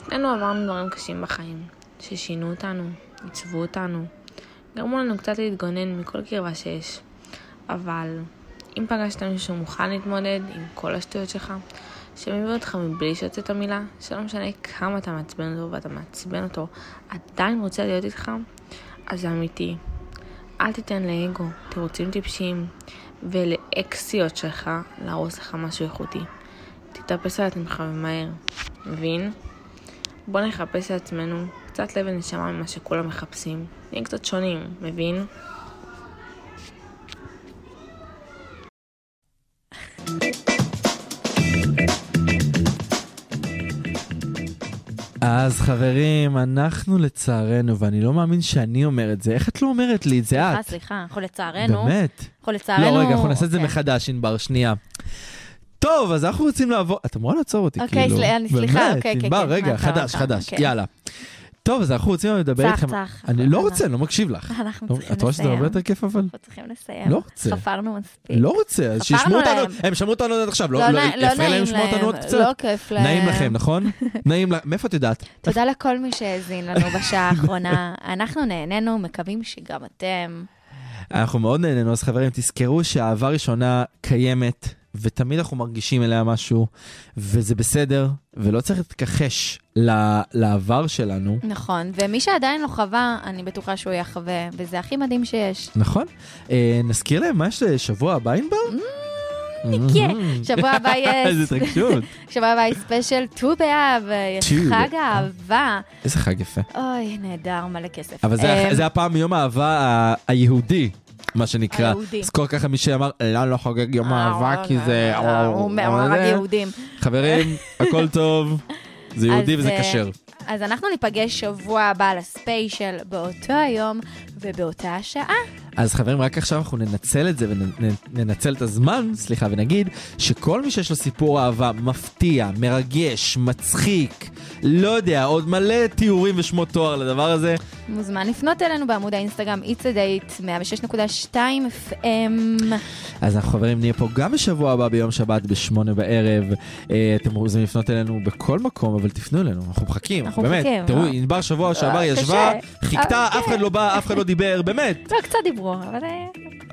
Speaker 10: שנינו עברנו דברים קשים בחיים, ששינו אותנו, עיצבו אותנו, גרמו לנו קצת להתגונן מכל קרבה שיש. אבל אם פגשת מישהו מוכן להתמודד עם כל השטויות שלך, שמביא אותך מבלי שיוצא את המילה, שלא משנה כמה אתה מעצבן אותו ואתה מעצבן אותו, עדיין רוצה להיות איתך, אז זה אמיתי. אל תיתן לאגו, תירוצים טיפשיים ולאקסיות שלך להרוס לך משהו איכותי. תתאפס על עצמך ומהר, מבין? בוא נחפש לעצמנו קצת לב ונשמה ממה שכולם מחפשים. נהיה קצת שונים, מבין?
Speaker 5: אז חברים, אנחנו לצערנו, ואני לא מאמין שאני אומר את זה, איך את לא אומרת לי את זה?
Speaker 4: סליחה,
Speaker 5: את.
Speaker 4: אה, סליחה, אנחנו לצערנו.
Speaker 5: באמת.
Speaker 4: אנחנו לצערנו.
Speaker 5: לא, רגע, אנחנו נעשה את זה
Speaker 4: אוקיי.
Speaker 5: מחדש, ענבר, שנייה. טוב, אז אנחנו רוצים לעבור... את אמורה לעצור אותי,
Speaker 4: אוקיי,
Speaker 5: כאילו.
Speaker 4: סל- אני- סליחה,
Speaker 5: באמת,
Speaker 4: אוקיי, כן,
Speaker 5: ענבר,
Speaker 4: כן,
Speaker 5: רגע,
Speaker 4: מעצר
Speaker 5: חדש,
Speaker 4: אותם,
Speaker 5: חדש,
Speaker 4: אוקיי.
Speaker 5: יאללה. טוב, אז אנחנו רוצים לדבר
Speaker 4: צח,
Speaker 5: איתכם...
Speaker 4: צח,
Speaker 5: אני לא
Speaker 4: חזרה.
Speaker 5: רוצה, אני לא מקשיב לך.
Speaker 4: אנחנו
Speaker 5: לא,
Speaker 4: צריכים
Speaker 5: את רואה שזה הרבה
Speaker 4: לסיים.
Speaker 5: יותר כיף, אבל...
Speaker 4: אנחנו צריכים לסיים.
Speaker 5: לא רוצה.
Speaker 4: חפרנו מספיק.
Speaker 5: לא רוצה, אז
Speaker 4: ספרנו
Speaker 5: שישמעו אותנו,
Speaker 4: להם.
Speaker 5: הם שמעו אותנו עד עכשיו, לא
Speaker 4: לא
Speaker 5: לא-
Speaker 4: נע- לא
Speaker 5: יפריע להם
Speaker 4: נעים
Speaker 5: לשמוע אותנו עוד
Speaker 4: להם,
Speaker 5: קצת?
Speaker 4: לא כיף להם.
Speaker 5: נעים לכם, נכון? נעים לך, מאיפה את יודעת?
Speaker 4: תודה לכל מי שהאזין לנו בשעה האחרונה. אנחנו נהנינו, מקווים שגם אתם.
Speaker 5: אנחנו מאוד נהנינו, אז חברים, תזכרו שהאהבה ראשונה קיימת, ותמיד אנחנו מרגישים אליה משהו, וזה בסדר, ולא צריך להתכחש ל- לעבר שלנו.
Speaker 4: נכון, ומי שעדיין לא חווה, אני בטוחה שהוא יחווה, וזה הכי מדהים שיש.
Speaker 5: נכון? אה, נזכיר להם מה יש לשבוע הבא, ענבר?
Speaker 4: כן, שבוע הבא יש,
Speaker 5: איזה התרגשות.
Speaker 4: שבוע הבא יש ספיישל ט"ו באב, יש
Speaker 5: ט"ו
Speaker 4: חג
Speaker 5: באב.
Speaker 4: האהבה.
Speaker 5: איזה חג יפה.
Speaker 4: אוי, נהדר, מלא כסף.
Speaker 5: אבל זה
Speaker 4: אמ,
Speaker 5: היה- זה היה פעם יום האהבה ה- היהודי. מה שנקרא,
Speaker 4: היהודי.
Speaker 5: זכור ככה מי שאמר, לא, לא חוגג יום האהבה כי זה...
Speaker 4: אה, הוא
Speaker 5: אבל
Speaker 4: אומר, רק
Speaker 5: זה-
Speaker 4: יהודים.
Speaker 5: חברים, הכל טוב, זה יהודי
Speaker 4: אז,
Speaker 5: וזה
Speaker 4: אה,
Speaker 5: כשר.
Speaker 4: אז אנחנו ניפגש שבוע הבא לספיישל באותו היום ובאותה השעה.
Speaker 5: אז חברים, רק עכשיו אנחנו ננצל את זה וננצל את הזמן, סליחה, ונגיד שכל מי שיש לו סיפור אהבה מפתיע, מרגש, מצחיק, לא יודע, עוד מלא תיאורים ושמות תואר לדבר הזה.
Speaker 4: מוזמן לפנות אלינו בעמוד האינסטגרם It's a Date 106.2 FM.
Speaker 5: אז אנחנו חברים נהיה פה גם בשבוע הבא ביום שבת בשמונה בערב. אה, אתם מוזמנים לפנות אלינו בכל מקום, אבל תפנו אלינו, אנחנו מחכים,
Speaker 4: אנחנו
Speaker 5: באמת.
Speaker 4: מחכים.
Speaker 5: תראו, ענבר שבוע שעבר
Speaker 4: אה,
Speaker 5: ישבה,
Speaker 4: קשה.
Speaker 5: חיכתה,
Speaker 4: אה,
Speaker 5: אף אחד לא בא, אף אחד לא דיבר, באמת.
Speaker 4: לא, קצת דיברו, אבל אה,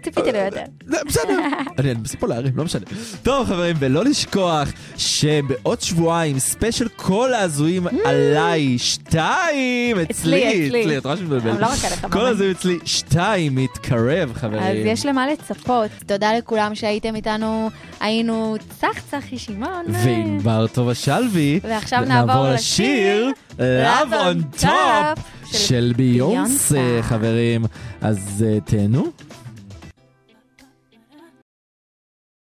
Speaker 4: ציפיתי ליותר.
Speaker 5: זה בסדר, אני אני מנסה פה להרים, לא משנה. טוב חברים, ולא לשכוח שבעוד שבועיים ספיישל כל ההזויים עליי, שתיים, אצלי,
Speaker 4: Mm. אצלי, אצלי.
Speaker 5: אצלי, את רואה שמתבלבל.
Speaker 4: אבל לא רק עליך,
Speaker 5: כל
Speaker 4: ממש.
Speaker 5: ההזויים אצלי, שתיים, מתקרב
Speaker 4: אז
Speaker 5: חברים.
Speaker 4: יש למה לצפות. תודה לכולם שהייתם איתנו, היינו צח צחי שמעון.
Speaker 5: וענבר טובה שלוי,
Speaker 4: ועכשיו נעבור לשיר
Speaker 5: Love on
Speaker 4: Top
Speaker 5: Top של ביונסה
Speaker 4: ביונסה.
Speaker 5: חברים. אז אה, תהנו,